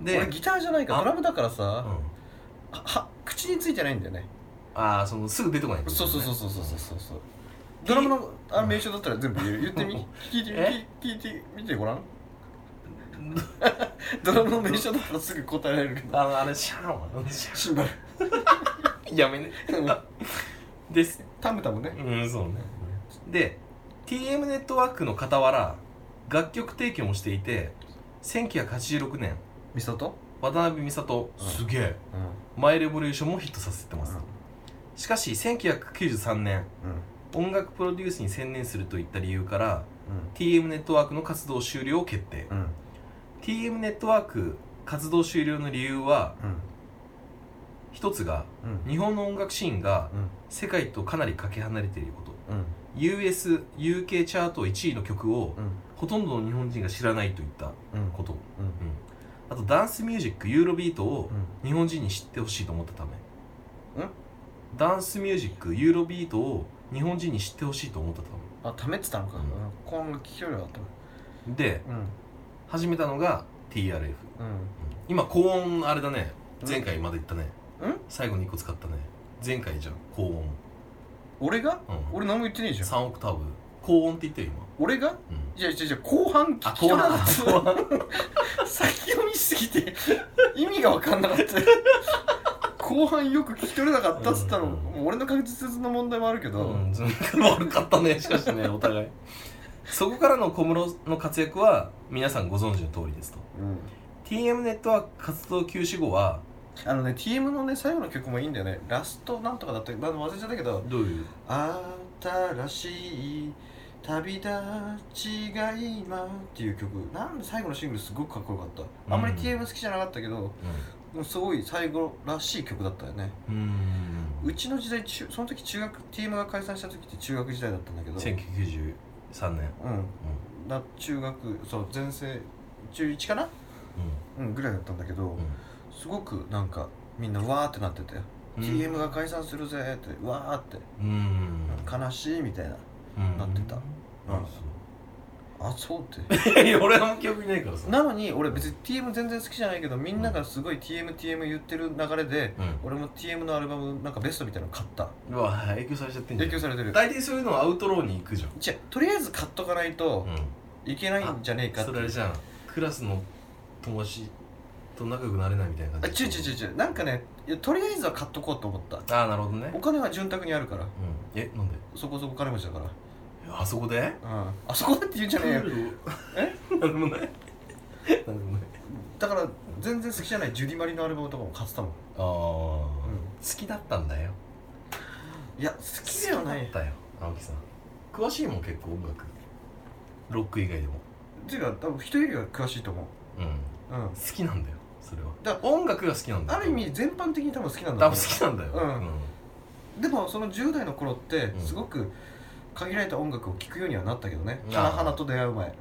Speaker 1: で、
Speaker 2: 俺ギターじゃないから
Speaker 1: あ
Speaker 2: ドラムだから
Speaker 1: う
Speaker 2: さ
Speaker 1: ん、
Speaker 2: はは口についてないんだよね
Speaker 1: ああそのすぐ出てこないってこ
Speaker 2: そ
Speaker 1: と
Speaker 2: う
Speaker 1: ね
Speaker 2: そうそうそうそうそうそうドラムのあ名称だったら全部言う言ってみ聞いてみ
Speaker 1: え
Speaker 2: 聞いてみてごらん ドラムの名称だったらすぐ答えられ るけど
Speaker 1: あのあれシャーンはシャ
Speaker 2: シンバル
Speaker 1: ーンやめねです
Speaker 2: タムタムね
Speaker 1: うんそうねで TM ネットワークの傍ら楽曲提供もしていて1986年
Speaker 2: ミソト
Speaker 1: 渡辺美里、
Speaker 2: うん
Speaker 1: すげえ
Speaker 2: うん
Speaker 1: マイレボリューションもヒットさせてます、
Speaker 2: うん
Speaker 1: しかし1993年
Speaker 2: うん
Speaker 1: 音楽プロデュースに専念するといった理由から
Speaker 2: う
Speaker 1: TM ネットワークの活動終了を決定、
Speaker 2: んうん
Speaker 1: TM ネットワーク活動終了の理由は
Speaker 2: うん
Speaker 1: 一つが
Speaker 2: うん
Speaker 1: 日本の音楽シーンが
Speaker 2: うん
Speaker 1: 世界とかなりかけ離れていること
Speaker 2: うん
Speaker 1: USUK チャート1位の曲を
Speaker 2: うん
Speaker 1: ほとんどの日本人が知らないといった
Speaker 2: うん
Speaker 1: こと、うん、
Speaker 2: うん
Speaker 1: あとダンスミュージックユーロビートを
Speaker 2: うん
Speaker 1: 日本人に知ってほしいと思ったため
Speaker 2: ん
Speaker 1: ダンスミュージックユーロビートを日本人に知ってほしいと思ったた
Speaker 2: あ溜めてたのか
Speaker 1: うん
Speaker 2: うんこんな聞けるよだった
Speaker 1: めで
Speaker 2: うん
Speaker 1: 始めたのが TRF、うん
Speaker 2: うん
Speaker 1: 今高音あれだね前回まで言ったね、
Speaker 2: うん
Speaker 1: 最後に1個使ったね前回じゃん高音、
Speaker 2: 俺が
Speaker 1: うん、
Speaker 2: 俺何も言ってねえじゃん
Speaker 1: 3オクターブ高音って言ったよ
Speaker 2: 俺が
Speaker 1: 今、うん、
Speaker 2: じゃあじゃあじゃあ後半
Speaker 1: あ
Speaker 2: 聞き
Speaker 1: 後
Speaker 2: 取
Speaker 1: 半
Speaker 2: らなか
Speaker 1: 後半
Speaker 2: った先読みしすぎて意味が分かんなかった後半よく聞き取れなかったっつったの
Speaker 1: うん
Speaker 2: もう俺の確実の問題もあるけど
Speaker 1: うん、悪かったねしかしねお互いそこからの小室の活躍は皆さんご存知の通りですと
Speaker 2: うん
Speaker 1: TM ネットワーク活動休止後は
Speaker 2: あのね TM のね最後の曲もいいんだよねラストなんとかだったけど忘れちゃったけど
Speaker 1: どういう
Speaker 2: 新しい旅立ちが今っていう曲なんで最後のシングルすごくかっこよかったあんまり
Speaker 1: うん
Speaker 2: TM 好きじゃなかったけど、でもすごい最後らしい曲だったよね
Speaker 1: うん
Speaker 2: うちの時代中その時中学 TM が解散した時って中学時代だったんだけど
Speaker 1: 1993年
Speaker 2: うん
Speaker 1: うん
Speaker 2: だ中学そう全盛中1かなうんぐらいだったんだけど、すごくなんかみんなわーってなってて、
Speaker 1: うん
Speaker 2: TM が解散するぜーってわーって
Speaker 1: うん
Speaker 2: 悲しいみたいな
Speaker 1: うん
Speaker 2: なってた
Speaker 1: うん
Speaker 2: うん
Speaker 1: そ
Speaker 2: ああそうって
Speaker 1: いやいや俺はもう 記憶にないからさ
Speaker 2: なのに俺別に TM 全然好きじゃないけどみんながすごい TMTM 言ってる流れで
Speaker 1: う
Speaker 2: 俺も TM のアルバムなんかベストみたいなの買った
Speaker 1: んうわ影響されちゃってんじゃ
Speaker 2: 影
Speaker 1: ん
Speaker 2: 響されてる
Speaker 1: 大体そういうのはアウトローに行くじゃん
Speaker 2: じゃあとりあえず買っとかないと
Speaker 1: う
Speaker 2: いけないんじゃねえかっ
Speaker 1: そ
Speaker 2: て
Speaker 1: れあれじゃんクラスの友達と仲良くなれないみたいな
Speaker 2: あ
Speaker 1: 感じ
Speaker 2: ちゅうちゅうちゅうちゅうなんかねいやとりあえずは買っとこうと思った
Speaker 1: ああなるほどね
Speaker 2: お金は潤沢にあるから
Speaker 1: うんえなんで
Speaker 2: そこそこ金持ちだから
Speaker 1: あそこで
Speaker 2: うんあそこだって言うんじゃねえよ
Speaker 1: えなんでもないなんでもない
Speaker 2: だから全然好きじゃないジュディ・マリのアルバムとかも買ってたもん
Speaker 1: ああ好
Speaker 2: うん
Speaker 1: きだったんだよ
Speaker 2: いや好きではない
Speaker 1: 好きだったよ青木さん詳しいもん結構音楽ロック以外でも
Speaker 2: っていうか多分人よりは詳しいと思う
Speaker 1: うん
Speaker 2: うん
Speaker 1: 好きなんだよそれは
Speaker 2: だ
Speaker 1: 音楽が好きなんだよ
Speaker 2: ある意味全般的に多分好きなん
Speaker 1: 多
Speaker 2: だと
Speaker 1: 分
Speaker 2: 思
Speaker 1: 好きなんだよ
Speaker 2: うんうでもその10代の頃って
Speaker 1: うん
Speaker 2: すごく限られた音楽を聴くようにはなったけどね
Speaker 1: あー
Speaker 2: 花々と出会う前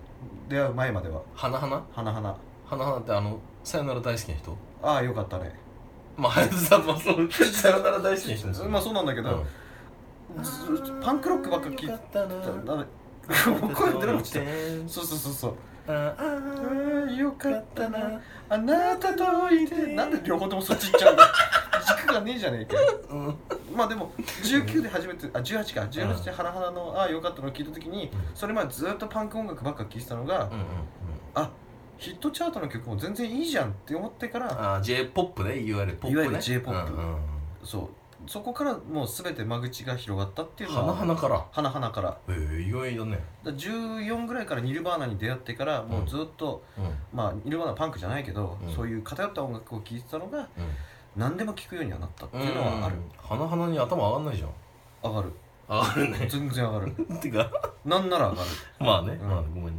Speaker 2: 出会う前までは
Speaker 1: 花花
Speaker 2: 花々
Speaker 1: 花花ってあのさよなら大好きな人
Speaker 2: ああよかったね
Speaker 1: まあ隼人さんもそうさよなら大好きな人ですよ
Speaker 2: まあそうなんだけ
Speaker 1: う
Speaker 2: ど
Speaker 1: ん
Speaker 2: ずずパンクロックばっか聴いて
Speaker 1: よったな
Speaker 2: たなんだ声出なくちゃったそうそうそうそう
Speaker 1: あ
Speaker 2: あ
Speaker 1: あ
Speaker 2: ーよか
Speaker 1: よかっ
Speaker 2: っ
Speaker 1: たた
Speaker 2: な
Speaker 1: な
Speaker 2: あなたといてなんで両方ともそっち行っちゃう んだ軸がねえじゃねえかよ
Speaker 1: うんうん
Speaker 2: まあでも19で初めてあ18か18でハラハラの「ああよかった」のを聞いた時にそれまでずっとパンク音楽ばっか聴いてたのが
Speaker 1: うん
Speaker 2: あヒットチャートの曲も全然いいじゃんって思ってから
Speaker 1: ああ J−POP ねいわゆるポップね
Speaker 2: いわゆる J-POP
Speaker 1: うんうんうん
Speaker 2: そうそこからもう全て間口が広がったっていうの
Speaker 1: 花
Speaker 2: は
Speaker 1: 花から
Speaker 2: 花々からだか
Speaker 1: ええ意外だね
Speaker 2: ら14ぐらいからニルバーナに出会ってからもうずっと、
Speaker 1: うん
Speaker 2: まあニルバーナはパンクじゃないけど、
Speaker 1: うん
Speaker 2: そういう偏った音楽を聴いてたのが
Speaker 1: うん
Speaker 2: 何でも聴くようにはなったっていうのはある、
Speaker 1: 花々に頭上がんないじゃん
Speaker 2: 上がる
Speaker 1: 上がるね
Speaker 2: 全然上 がる
Speaker 1: てか
Speaker 2: なんなら上がる、
Speaker 1: まあね、
Speaker 2: うん
Speaker 1: まあごめんね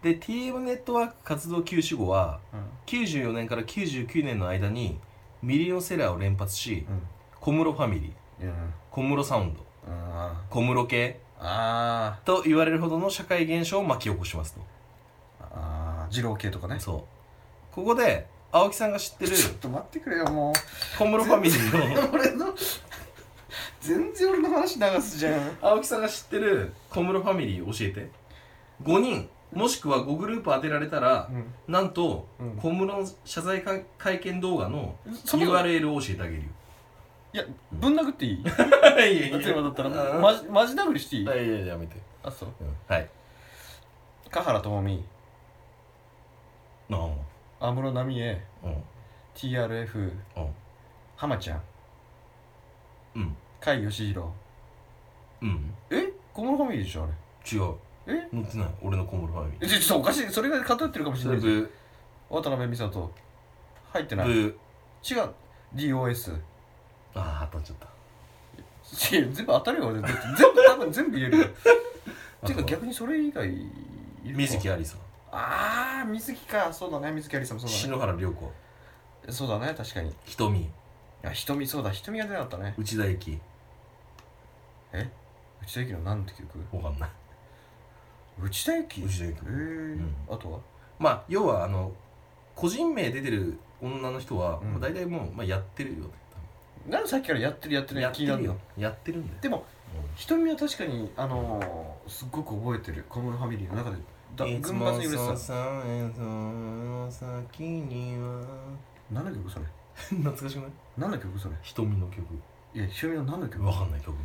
Speaker 1: で TM ネットワーク活動休止後は
Speaker 2: うん
Speaker 1: 94年から99年の間にミリオンセラーを連発し
Speaker 2: う
Speaker 1: 小室ファミリー
Speaker 2: んうん
Speaker 1: 小室サウンド
Speaker 2: あ
Speaker 1: 小室系
Speaker 2: ーあ
Speaker 1: と言われるほどの社会現象を巻き起こしますと
Speaker 2: ーあー二郎系とかね
Speaker 1: そうここで青木さんが知ってる
Speaker 2: ちょっと待ってくれよも
Speaker 1: 小室ファミリーの
Speaker 2: う 俺の全然俺の話流すじゃん
Speaker 1: 青木さんが知ってる小室ファミリー教えて5人もしくは5グループ当てられたら
Speaker 2: うん
Speaker 1: なんと
Speaker 2: うん
Speaker 1: 小室の謝罪会会見動画の
Speaker 2: そもそも
Speaker 1: URL を教えてあげるよ
Speaker 2: いやぶん殴っていい
Speaker 1: いやい
Speaker 2: 例えばだったら
Speaker 1: うん
Speaker 2: マジマジ殴りしていい
Speaker 1: やいややめて、
Speaker 2: あそう
Speaker 1: うん、はい
Speaker 2: 香原朋美
Speaker 1: なあ
Speaker 2: 安室奈美恵
Speaker 1: うん
Speaker 2: TRF
Speaker 1: うん
Speaker 2: 浜ちゃん
Speaker 1: うん
Speaker 2: 甲斐義弘
Speaker 1: うん
Speaker 2: え小室ファミリーでしょあれ
Speaker 1: 違う
Speaker 2: え
Speaker 1: 載ってない俺の小室ファミリ
Speaker 2: えちょちょっとおかしいそれが偏ってるかもし
Speaker 1: ー
Speaker 2: れ
Speaker 1: それ
Speaker 2: ない
Speaker 1: ブ
Speaker 2: じゃん
Speaker 1: ー
Speaker 2: 渡辺美里入って
Speaker 1: ブ
Speaker 2: ない違う
Speaker 1: ー
Speaker 2: DOS
Speaker 1: ああ当たっちゃった
Speaker 2: いや全部当たるよ俺全部全部多分全部言 えるよていうか逆にそれ以外いるか
Speaker 1: 水木ありさん
Speaker 2: ああ水木かそうだね水木ありさんもそうだ
Speaker 1: 篠原涼子
Speaker 2: ねそうだね確かに
Speaker 1: 瞳
Speaker 2: あ瞳そうだ瞳が出なかったね
Speaker 1: 内田有紀
Speaker 2: 内田有紀の何て曲
Speaker 1: わかんない
Speaker 2: 内田有紀
Speaker 1: 内田有紀
Speaker 2: ええ
Speaker 1: ん
Speaker 2: あとは
Speaker 1: まあ要はあの個人名出てる女の人は、
Speaker 2: うん
Speaker 1: まあ、大体もう、まあ、やってるよ
Speaker 2: なんでさっきからやってるやって
Speaker 1: 多
Speaker 2: る
Speaker 1: 分やって
Speaker 2: 気にな
Speaker 1: る
Speaker 2: る
Speaker 1: よ
Speaker 2: の
Speaker 1: やってるんだよ
Speaker 2: でも瞳は確かにあのー、すっごく覚えてる小室ファミリーの中でだ群馬に売れてた
Speaker 1: さえその先には
Speaker 2: 何の曲それ
Speaker 1: 懐かしくない
Speaker 2: 何の曲それ
Speaker 1: 瞳の曲
Speaker 2: いや瞳の何の曲
Speaker 1: わかんない曲名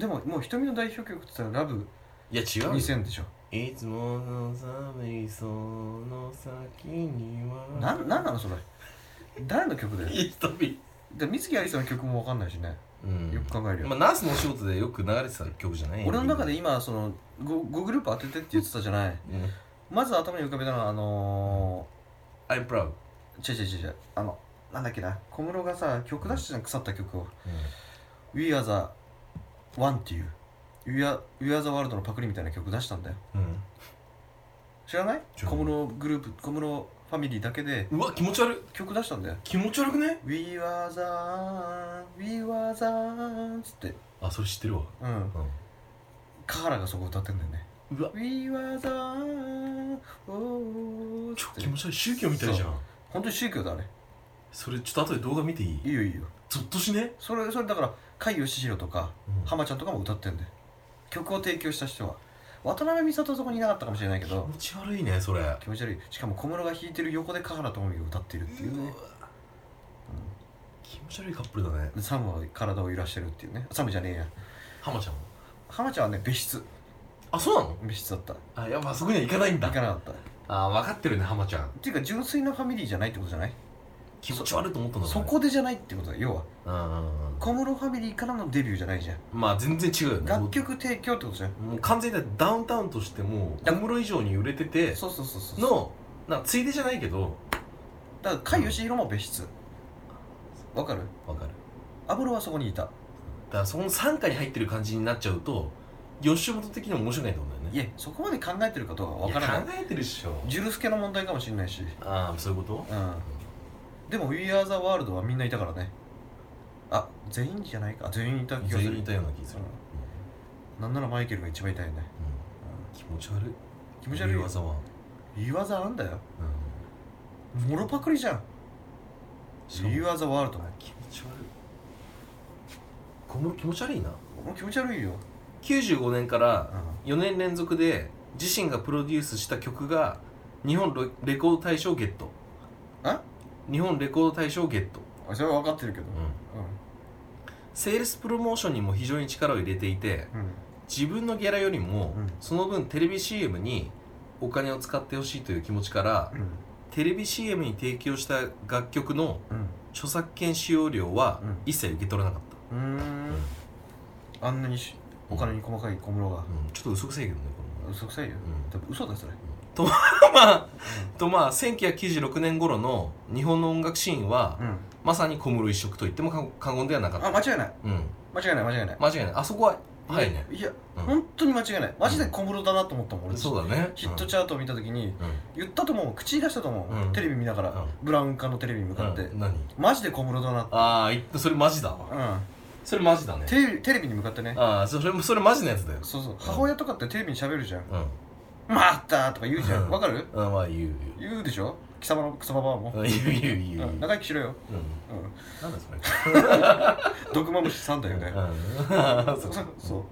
Speaker 2: でももう瞳の代表曲って言ったら「ラブ
Speaker 1: いや違うよ
Speaker 2: 2000」でしょ
Speaker 1: いつもの寒いその先には
Speaker 2: なんなんなのそれ誰の曲だよ
Speaker 1: いい 瞳
Speaker 2: で水木有りさんの曲もわかんないしね
Speaker 1: うん
Speaker 2: よく考えるよ、
Speaker 1: まあナースのお仕事でよく流れてた曲じゃない
Speaker 2: 俺の中で今その 5, グループ当ててって言ってたじゃない
Speaker 1: うん
Speaker 2: まず頭に浮かべたのはあの
Speaker 1: I'm proud
Speaker 2: ー、違う違う違う違うあのなんだっけな小室がさ曲出してたの腐った曲を「We are the One」っていう「We are, We are the World」のパクリみたいな曲出したんだよ
Speaker 1: うんうん
Speaker 2: 知らない
Speaker 1: 知らな
Speaker 2: 小
Speaker 1: い
Speaker 2: 室グループ小室ファミリーだけで
Speaker 1: うわ気持ち悪い
Speaker 2: 曲出したんだよ
Speaker 1: 気持ち悪くね
Speaker 2: 「We are the We are the」つって
Speaker 1: あそれ知ってるわ
Speaker 2: うん
Speaker 1: う
Speaker 2: カハラがそこ歌ってんだよね
Speaker 1: んうわ
Speaker 2: We were the o
Speaker 1: 超気持ち悪い宗教みたいじゃん
Speaker 2: 本当に宗教だあれ
Speaker 1: それちょっと後で動画見ていい
Speaker 2: いいよいいよ
Speaker 1: ゾッとしね
Speaker 2: それそれだから甲斐義弘とか
Speaker 1: うん
Speaker 2: 浜ちゃんとかも歌ってんだよ曲を提供した人は渡辺美里はそこにいなかったかもしれないけど
Speaker 1: 気持ち悪いねそれうわ
Speaker 2: 気持ち悪いしかも小室が弾いてる横で華原朋美が歌ってるっていうね
Speaker 1: 気持ち悪いカップルだね
Speaker 2: でサムは体を揺らしてるっていうねサムじゃねえや
Speaker 1: ハマちゃんも
Speaker 2: 浜ちゃんはね別室
Speaker 1: あそうなの
Speaker 2: 別室だった
Speaker 1: あいやまあそこには行かないん
Speaker 2: 行
Speaker 1: だ
Speaker 2: かなかったっ
Speaker 1: あ分かってるねハマちゃん
Speaker 2: ていうか純粋なファミリーじゃないってことじゃない
Speaker 1: 気持ち悪いと思ったんだ
Speaker 2: そこでじゃないってことだよ要は
Speaker 1: うんうんうん
Speaker 2: 小室ファミリーからのデビューじゃないじゃん
Speaker 1: まあ全然違うよね
Speaker 2: 楽曲提供ってことじゃん
Speaker 1: もう完全にダウンタウンとしても小室以上に売れてて
Speaker 2: そうそうそうそう
Speaker 1: のなんかついでじゃないけど
Speaker 2: だから甲斐義弘も別室わかる
Speaker 1: わかる
Speaker 2: 安室はそこにいた
Speaker 1: だからそこの傘下に入ってる感じになっちゃうと吉本的にも面白くないってことだよ
Speaker 2: い
Speaker 1: ね
Speaker 2: やそこまで考えてるかどうかわからない
Speaker 1: いや考えてるっしょ
Speaker 2: ジュルスケの問題かもしれないし
Speaker 1: ああそういうこと
Speaker 2: うんでも「We Are the World」はみんないたからねあ全員じゃないか全員いた気がす
Speaker 1: 全
Speaker 2: る
Speaker 1: 員いたような気がする、
Speaker 2: う
Speaker 1: うんん
Speaker 2: なんならマイケルが一番いたよね、
Speaker 1: うん気持ち悪い
Speaker 2: うん、気持ち悪いよ
Speaker 1: 技は、
Speaker 2: 言わざあんだよ
Speaker 1: うん、
Speaker 2: もろパクリじゃん
Speaker 1: しかも
Speaker 2: You are the world も
Speaker 1: 気持ち悪い小室気持ち悪いな
Speaker 2: う気持ち悪いよ、
Speaker 1: 95年から4年連続で自身がプロデュースした曲が日本レレコード大賞ゲット
Speaker 2: え
Speaker 1: 日本レコード大賞ゲット、
Speaker 2: うん、それは分かってるけど
Speaker 1: セールスプロモーションにも非常に力を入れていて
Speaker 2: うん、うん、
Speaker 1: 自分のギャラよりも、
Speaker 2: うん
Speaker 1: その分テレビ CM にお金を使ってほしいという気持ちから
Speaker 2: うん
Speaker 1: テレビ CM に提供した楽曲の
Speaker 2: うん
Speaker 1: 著作権使用料は
Speaker 2: うん
Speaker 1: 一切受け取らなかっ
Speaker 2: うー
Speaker 1: た、
Speaker 2: んあんなにしお金に細かい小室が
Speaker 1: うんちょっと嘘くせえけどねこ
Speaker 2: 嘘くさいよ
Speaker 1: れも、うん
Speaker 2: 多分嘘だよそれ
Speaker 1: まあ、とまあ1996年頃の日本の音楽シーンは、
Speaker 2: うん
Speaker 1: まさに小室一色と言っても過過言ではなかっ
Speaker 2: あ
Speaker 1: た
Speaker 2: 間違いない
Speaker 1: うん
Speaker 2: 間違いない間違いない
Speaker 1: 間違いないあそこは早いね、
Speaker 2: いや
Speaker 1: うん
Speaker 2: 本当に間違いないマジで小室だなと思ったもん俺
Speaker 1: そうだね
Speaker 2: ヒットチャートを見た時に
Speaker 1: うん、
Speaker 2: 言ったと思う口に出したと思
Speaker 1: う
Speaker 2: うんテレビ見なが
Speaker 1: う
Speaker 2: ら
Speaker 1: ん
Speaker 2: ブラウン化のテレビに向かっ
Speaker 1: う
Speaker 2: て
Speaker 1: ん何
Speaker 2: マジで小室だな
Speaker 1: ああいそれマジだわ
Speaker 2: う
Speaker 1: それマジだね
Speaker 2: んテレビテレビに向かってね
Speaker 1: ああそれそれマジのやつだよ
Speaker 2: そうそう母親とかってテレビに喋るじゃん
Speaker 1: うん
Speaker 2: 「また!」とか言うじゃ
Speaker 1: うんん
Speaker 2: わかる
Speaker 1: あまあ言う
Speaker 2: 言うでしょ貴様のクソババアも
Speaker 1: 言う言う言う
Speaker 2: う
Speaker 1: 言う、
Speaker 2: ん仲良くしろよ
Speaker 1: うん
Speaker 2: うん
Speaker 1: なんだそれ
Speaker 2: 毒まぶしさんだよね
Speaker 1: うん
Speaker 2: そ
Speaker 1: そうう
Speaker 2: そうだか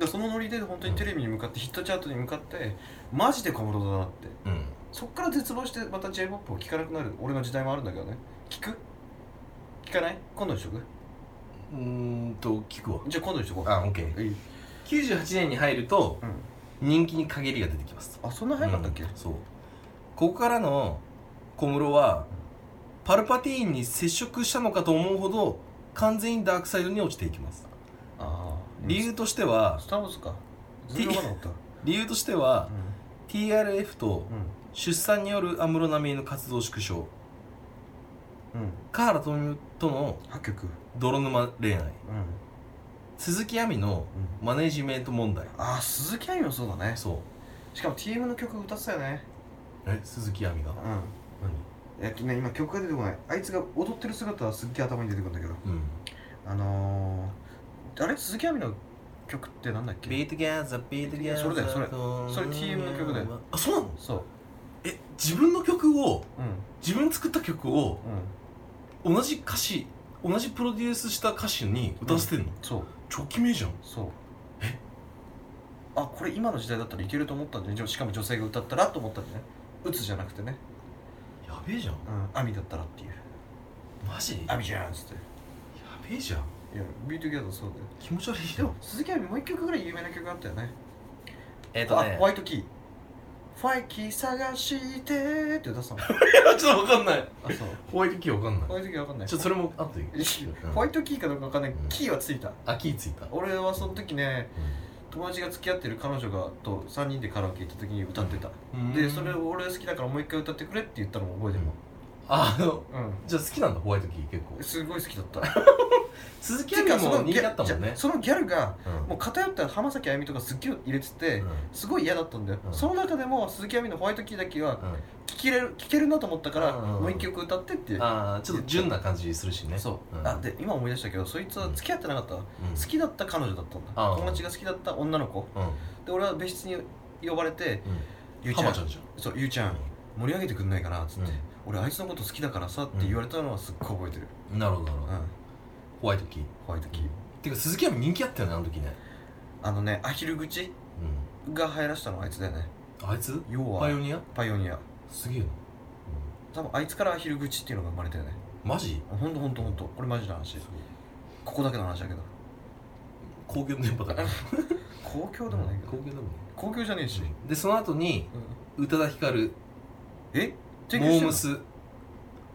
Speaker 2: らそのノリで本当にテレビに向かってヒットチャートに向かってマジで小室だなって
Speaker 1: うん
Speaker 2: そっから絶望してまた j p o p を聴かなくなる俺の時代もあるんだけどね聞く聞かない今度にしとく
Speaker 1: うーんと聞くわ
Speaker 2: じゃあ今度にしとこう
Speaker 1: あオッケー
Speaker 2: いい
Speaker 1: 98年に入ると
Speaker 2: うん
Speaker 1: 人気に陰りが出てきます
Speaker 2: あそんな早かったっけ、
Speaker 1: うんそうここからの小室はパルパティーンに接触したのかと思うほど完全にダークサイドに落ちていきます
Speaker 2: ああ
Speaker 1: 理由としては
Speaker 2: スター・ウォーズか全然わかんなかっ
Speaker 1: 理由として
Speaker 2: た
Speaker 1: は
Speaker 2: うん
Speaker 1: TRF と出産による安室奈美恵の活動縮小
Speaker 2: うんうん
Speaker 1: 河原朋美との
Speaker 2: 8曲
Speaker 1: 泥沼恋愛
Speaker 2: うん
Speaker 1: 鈴木亜美のマネジメント問題
Speaker 2: ああ鈴木亜美もそうだね
Speaker 1: そ
Speaker 2: しかも TM の曲歌ってたよね
Speaker 1: うえ鈴木亜美が
Speaker 2: うんえっとね今曲が出てこないあいつが踊ってる姿はすっげえ頭に出てくるんだけど
Speaker 1: 何うん
Speaker 2: あのー、あれ鈴木亜美の曲ってなんだっ
Speaker 1: 「ビー
Speaker 2: け
Speaker 1: トギャザービートギャザー」
Speaker 2: それだよそれそ
Speaker 1: そ
Speaker 2: れ TM の曲だよ
Speaker 1: あそうなの
Speaker 2: そう
Speaker 1: え自分の曲を
Speaker 2: うん
Speaker 1: 自分作った曲を
Speaker 2: うん
Speaker 1: 同じ歌詞同じプロデュースした歌手に歌わせてんの、
Speaker 2: そう
Speaker 1: 超キメじゃん
Speaker 2: そうあこれ今の時代だったらいけると思ったんでねしかも女性が歌ったらと思ったんでねうつじゃなくてね
Speaker 1: やべえじゃん
Speaker 2: うん亜美だったらっていう
Speaker 1: マジや
Speaker 2: 亜美じゃんっつって
Speaker 1: べえじゃん
Speaker 2: いやビートギャザーそうだよ
Speaker 1: 気持ち悪い
Speaker 2: でも鈴木亜美もう一曲ぐらい有名な曲があったよね
Speaker 1: えっ、
Speaker 2: あホワイトキーファイキー探してーって歌ってたの あ
Speaker 1: ちょっとわかんない
Speaker 2: そう
Speaker 1: ホワイトキーわかんない
Speaker 2: ホワイトキーわかんない
Speaker 1: ちょっとそれも後で
Speaker 2: ホワイトキーかどうかわかんない
Speaker 1: うん
Speaker 2: キーはついた
Speaker 1: あキーついた
Speaker 2: 俺はその時ね
Speaker 1: う
Speaker 2: 友達が付き合ってる彼女がと3人でカラオケ行った時に歌ってた
Speaker 1: ん
Speaker 2: でそれを俺好きだからもう一回歌ってくれって言ったのも覚えてるも
Speaker 1: ああ の
Speaker 2: んうん
Speaker 1: じゃあ好きなんだホワイトキー結構
Speaker 2: すごい好きだった
Speaker 1: 鈴木亜美も人気だったもん
Speaker 2: じゃ
Speaker 1: ね
Speaker 2: あそのギャルが
Speaker 1: うん
Speaker 2: もう偏った浜崎あゆみとかすっげえ入れてて、
Speaker 1: うん
Speaker 2: すごい嫌だったんだよ、
Speaker 1: うん
Speaker 2: その中でも鈴木亜美のホワイトキーだけ
Speaker 1: う
Speaker 2: は
Speaker 1: ん
Speaker 2: 聴けれる聴けるなと思ったから、
Speaker 1: うん
Speaker 2: もう一曲歌ってって
Speaker 1: ああちょっと純な感じするしね
Speaker 2: そう、
Speaker 1: ん
Speaker 2: あで今思い出したけどそいつは付き合ってなかったわ、
Speaker 1: うん
Speaker 2: 好きだった彼女だったんだ、
Speaker 1: ああ
Speaker 2: 友達が好きだった女の子
Speaker 1: うん
Speaker 2: で俺は別室に呼ばれて「ゆうちゃ
Speaker 1: 浜
Speaker 2: ん
Speaker 1: ちゃんじ
Speaker 2: そうゆうちゃ
Speaker 1: ゃ
Speaker 2: ん
Speaker 1: ん
Speaker 2: 盛り上げてくんないかな」っつって、
Speaker 1: うん
Speaker 2: 俺あいつのこと好きだからさ」って言われたのはすっごい覚えてる、
Speaker 1: うんなるほどなる
Speaker 2: う
Speaker 1: ほ
Speaker 2: ん
Speaker 1: どホワイトキー
Speaker 2: ホワイトキー
Speaker 1: てか鈴木亜美人気あったよねあの時ね
Speaker 2: あのねアヒル口
Speaker 1: う
Speaker 2: が入らしたのはあいつだよね
Speaker 1: あいつ
Speaker 2: 要は
Speaker 1: パイオニア
Speaker 2: パイオニア
Speaker 1: すげえな、
Speaker 2: 多分あいつからアヒル口っていうのが生まれたよね
Speaker 1: うん、マジ
Speaker 2: ほんとほんとほんとこれマジな話ここだけの話 だけど
Speaker 1: 公共の電波だから
Speaker 2: 公共でもないけ
Speaker 1: 公
Speaker 2: ど
Speaker 1: 共でもな
Speaker 2: 公共じゃねえし、
Speaker 1: いでその後に宇多田ヒカル
Speaker 2: え
Speaker 1: モ
Speaker 2: 提供してん
Speaker 1: ー
Speaker 2: の
Speaker 1: ムス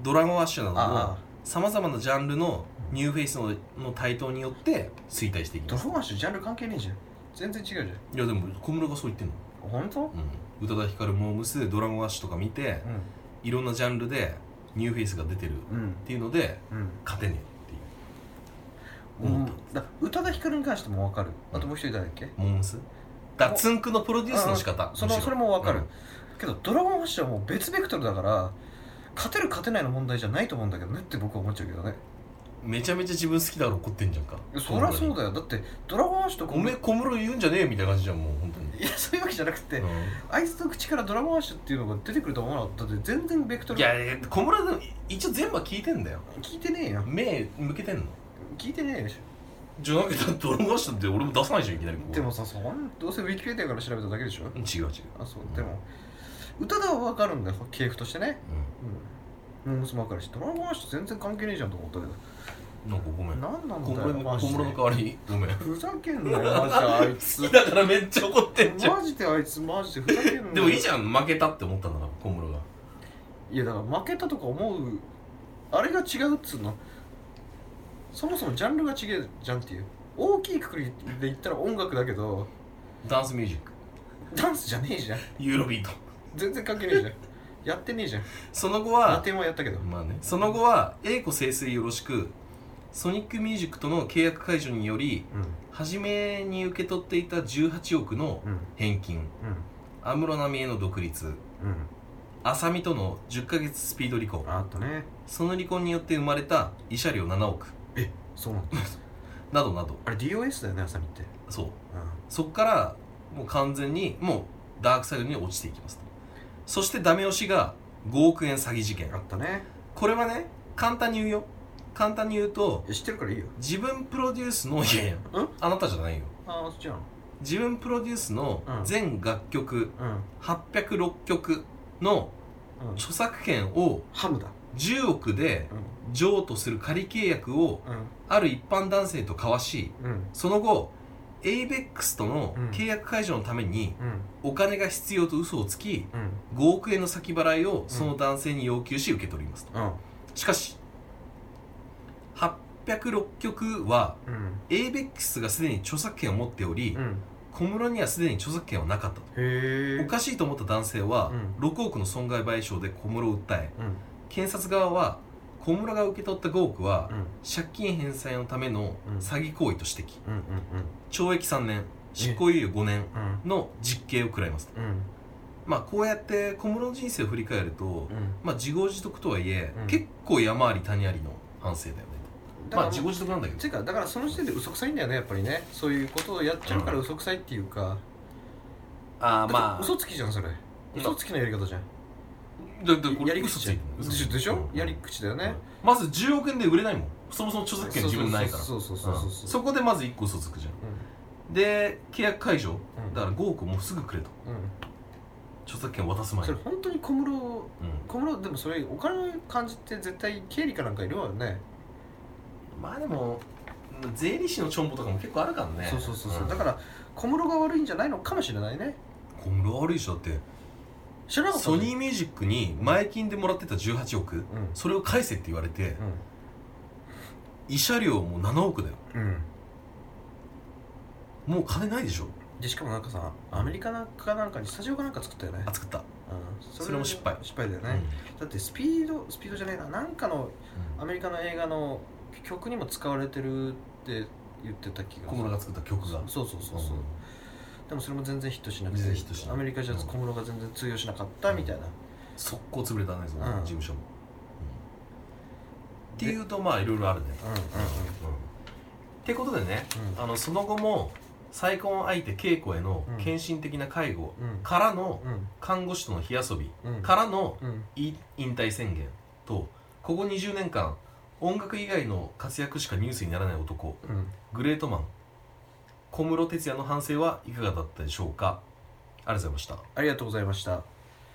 Speaker 1: ドラゴンアッシュなど
Speaker 2: あ
Speaker 1: のさまざまなジャンルのニューフェイスのの台頭によって衰退してい
Speaker 2: あ
Speaker 1: きま
Speaker 2: ドラ
Speaker 1: す
Speaker 2: ゴンアッシュジャンル関係ねえじゃん全然違うじゃん
Speaker 1: いやでも小室がそう言ってんの
Speaker 2: ほんと
Speaker 1: うん宇多田ヒカルモームスドラゴンアッシュとか見て
Speaker 2: う
Speaker 1: いろんなジャンルでニューフェイスが出てるっ
Speaker 2: んうん
Speaker 1: ていうので
Speaker 2: うん
Speaker 1: 勝てねえっていう
Speaker 2: う
Speaker 1: 思
Speaker 2: ん
Speaker 1: った、
Speaker 2: だ宇多田ヒカルに関しても分かるあともう一人誰だっけ
Speaker 1: モームスだからつんくのプロデュースの仕方
Speaker 2: その
Speaker 1: むし
Speaker 2: そ
Speaker 1: ろ
Speaker 2: れも分かる、
Speaker 1: うん
Speaker 2: けどドラゴンアッシュはもう別ベクトルだから勝てる勝てないの問題じゃないと思うんだけどねって僕は思っちゃうけどね
Speaker 1: めちゃめちゃ自分好きだから怒ってんじゃんか
Speaker 2: そりゃそうだよだってドラゴンアッシュと
Speaker 1: ごめん小室言うんじゃねえよみたいな感じじゃんもう本当に
Speaker 2: いやそういうわけじゃなくて、
Speaker 1: う
Speaker 2: あいつの口からドラゴンアッシュっていうのが出てくると思わなかっただって全然ベクト
Speaker 1: ん
Speaker 2: ル
Speaker 1: いやいや小室でも一応全部は聞いてんだよ
Speaker 2: 聞いてねえよ
Speaker 1: 目向けてんの
Speaker 2: 聞いてねえよ
Speaker 1: じゃなくてドラゴンアッシュって俺も出さないじゃんいきなりここ
Speaker 2: でもさそんどうせウィキペディアから調べただけでしょ
Speaker 1: うん違う違う、
Speaker 2: あそう
Speaker 1: うん
Speaker 2: でも歌田は分かるんだよ系譜としてねうんうん、分かるしドラゴンアッシュ全然関係ねえじゃんと思ったけど
Speaker 1: うん、なんかごめん
Speaker 2: 何なんだ
Speaker 1: 小
Speaker 2: よ
Speaker 1: 室の
Speaker 2: マジ
Speaker 1: 小
Speaker 2: で
Speaker 1: 室の代わりにご めん
Speaker 2: ふざけんなよマジであいつ
Speaker 1: 好きだからめっちゃ怒ってんじゃん
Speaker 2: マジであいつマジでふざけんなよ
Speaker 1: でもいいじ
Speaker 2: ゃ
Speaker 1: ゃん負けたって思ったんだから小室が
Speaker 2: んいやだから負けたとか思うあれが違うっつうのそもそもジャンルが違うじゃんっていう大きいくくりで言ったら音楽だけど
Speaker 1: ダンスミュージック
Speaker 2: ダンスじゃねえじゃん
Speaker 1: ユーロビート
Speaker 2: 全然関係ねえじゃんやってねえじゃん
Speaker 1: その後
Speaker 2: ラ
Speaker 1: は
Speaker 2: テンはやったけど
Speaker 1: まあねその後は栄子清水よろしくソニックミュージックとの契約解除により
Speaker 2: うん
Speaker 1: 初めに受け取っていた18億の
Speaker 2: うん
Speaker 1: 返金安室奈美恵の独立
Speaker 2: うんうん
Speaker 1: 浅見との10ヶ月スピード離婚
Speaker 2: あとね
Speaker 1: その離婚によって生まれた慰謝料7億
Speaker 2: そうなんだ
Speaker 1: などなど
Speaker 2: あれ DOS だよね浅見って
Speaker 1: そう
Speaker 2: う
Speaker 1: そっからもう完全にもうダークサイドに落ちていきますとそしてダメ押しが5億円詐欺事件
Speaker 2: んあったね
Speaker 1: これはね簡単に言うよ簡単に言うと
Speaker 2: いや知ってるからいいよ
Speaker 1: 自分プロデュースのいやいや
Speaker 2: うん
Speaker 1: あなたじゃないよ
Speaker 2: ああそっちなの
Speaker 1: 自分プロデュースの
Speaker 2: うん
Speaker 1: 全楽曲
Speaker 2: うん
Speaker 1: 806曲の
Speaker 2: うん
Speaker 1: 著作権を
Speaker 2: ハムだ
Speaker 1: 10億で
Speaker 2: う
Speaker 1: 譲渡する仮契約を
Speaker 2: ん
Speaker 1: ある一般男性と交わし
Speaker 2: うんうん
Speaker 1: その後 ABEX との契約解除のために
Speaker 2: うん
Speaker 1: お金が必要と嘘をつき
Speaker 2: うん
Speaker 1: 5億円の先払いをその男性に要求し受け取りますと
Speaker 2: うん
Speaker 1: しかし806曲は
Speaker 2: うん、
Speaker 1: ABEX がすでに著作権を持っており
Speaker 2: うん、
Speaker 1: 小室にはすでに著作権はなかったと
Speaker 2: へえ
Speaker 1: おかしいと思った男性は
Speaker 2: う
Speaker 1: 6億の損害賠償で小室を訴え
Speaker 2: うん
Speaker 1: 検察側は小室が受け取った5億は
Speaker 2: うん
Speaker 1: 借金返済のための
Speaker 2: うん
Speaker 1: 詐欺行為と指摘
Speaker 2: うんうん
Speaker 1: 懲役3年執行猶予5年
Speaker 2: うん
Speaker 1: の実刑を食らいますと
Speaker 2: うんうん
Speaker 1: まあこうやって小室の人生を振り返ると
Speaker 2: うん
Speaker 1: まあ自業自得とはいえ、
Speaker 2: うん
Speaker 1: 結構山あり谷ありの反省だよね
Speaker 2: だ
Speaker 1: まあ
Speaker 2: から
Speaker 1: 自業自得なんだけど
Speaker 2: てかだからその時点で嘘くさいんだよねやっぱりねそういうことをやっちゃうから嘘くさいっていうか、
Speaker 1: ああ
Speaker 2: だから嘘つきじゃんそれ嘘つきのやり方じゃん、
Speaker 1: だだこ
Speaker 2: や
Speaker 1: れ
Speaker 2: り
Speaker 1: 嘘
Speaker 2: 口
Speaker 1: つ
Speaker 2: じゃ
Speaker 1: いてる
Speaker 2: んでしょでしょ、やり口だよ
Speaker 1: うん
Speaker 2: ね、
Speaker 1: まず10億円で売れないもんそもそも著作権自分ないから
Speaker 2: そうそうそうそううんそう
Speaker 1: そこでまず1個嘘つくじゃんで契約解除
Speaker 2: うんうん
Speaker 1: だから5億もうすぐくれと
Speaker 2: うん
Speaker 1: 著作権渡す前
Speaker 2: そ
Speaker 1: に
Speaker 2: れ本当に小室
Speaker 1: うん
Speaker 2: 小室でもそれお金の感じって絶対経理かなんかいるわよね
Speaker 1: まあでもうん税理士のチョンボとかも結構あるからね
Speaker 2: そうそうそうそう、
Speaker 1: ん
Speaker 2: だから小室が悪いんじゃないのかもしれないね
Speaker 1: 小室悪いしだって
Speaker 2: 知らなかった
Speaker 1: ソニーミュージックに前金でもらってた18億
Speaker 2: ーうん
Speaker 1: それを返せって言われて慰謝料も7億だよ
Speaker 2: うんうん
Speaker 1: もう金ないでしょ
Speaker 2: でしかもなんかさアメリカなんかなんかにスタジオかなんか作ったよね
Speaker 1: あ、作った、
Speaker 2: うん、
Speaker 1: それも失敗
Speaker 2: 失敗だよ
Speaker 1: う
Speaker 2: ね、だってスピードスピードじゃねえななんかの
Speaker 1: ん
Speaker 2: アメリカの映画の曲にも使われてるって言ってた気が
Speaker 1: 小室が作った曲が
Speaker 2: そうそうそうそう、でもそれも全然ヒットしなくて
Speaker 1: 全然ヒットしない
Speaker 2: アメリカじゃ
Speaker 1: うん
Speaker 2: 小室が全然通用しなかったみたいな、
Speaker 1: 速攻潰れたねその
Speaker 2: うん
Speaker 1: 事務所も、っていうとまあいろいろあるね、
Speaker 2: うんうん
Speaker 1: ってことでねあのその後も再婚相手恵子への
Speaker 2: うん
Speaker 1: 献身的な介護
Speaker 2: うんうん
Speaker 1: からの
Speaker 2: うん
Speaker 1: 看護師との火遊び
Speaker 2: うん
Speaker 1: からの
Speaker 2: うん
Speaker 1: い引退宣言とここ20年間音楽以外の活躍しかニュースにならない男
Speaker 2: うん
Speaker 1: グレートマン小室哲哉の反省はいかがだったでしょうかありがとうございました
Speaker 2: ありがとうございました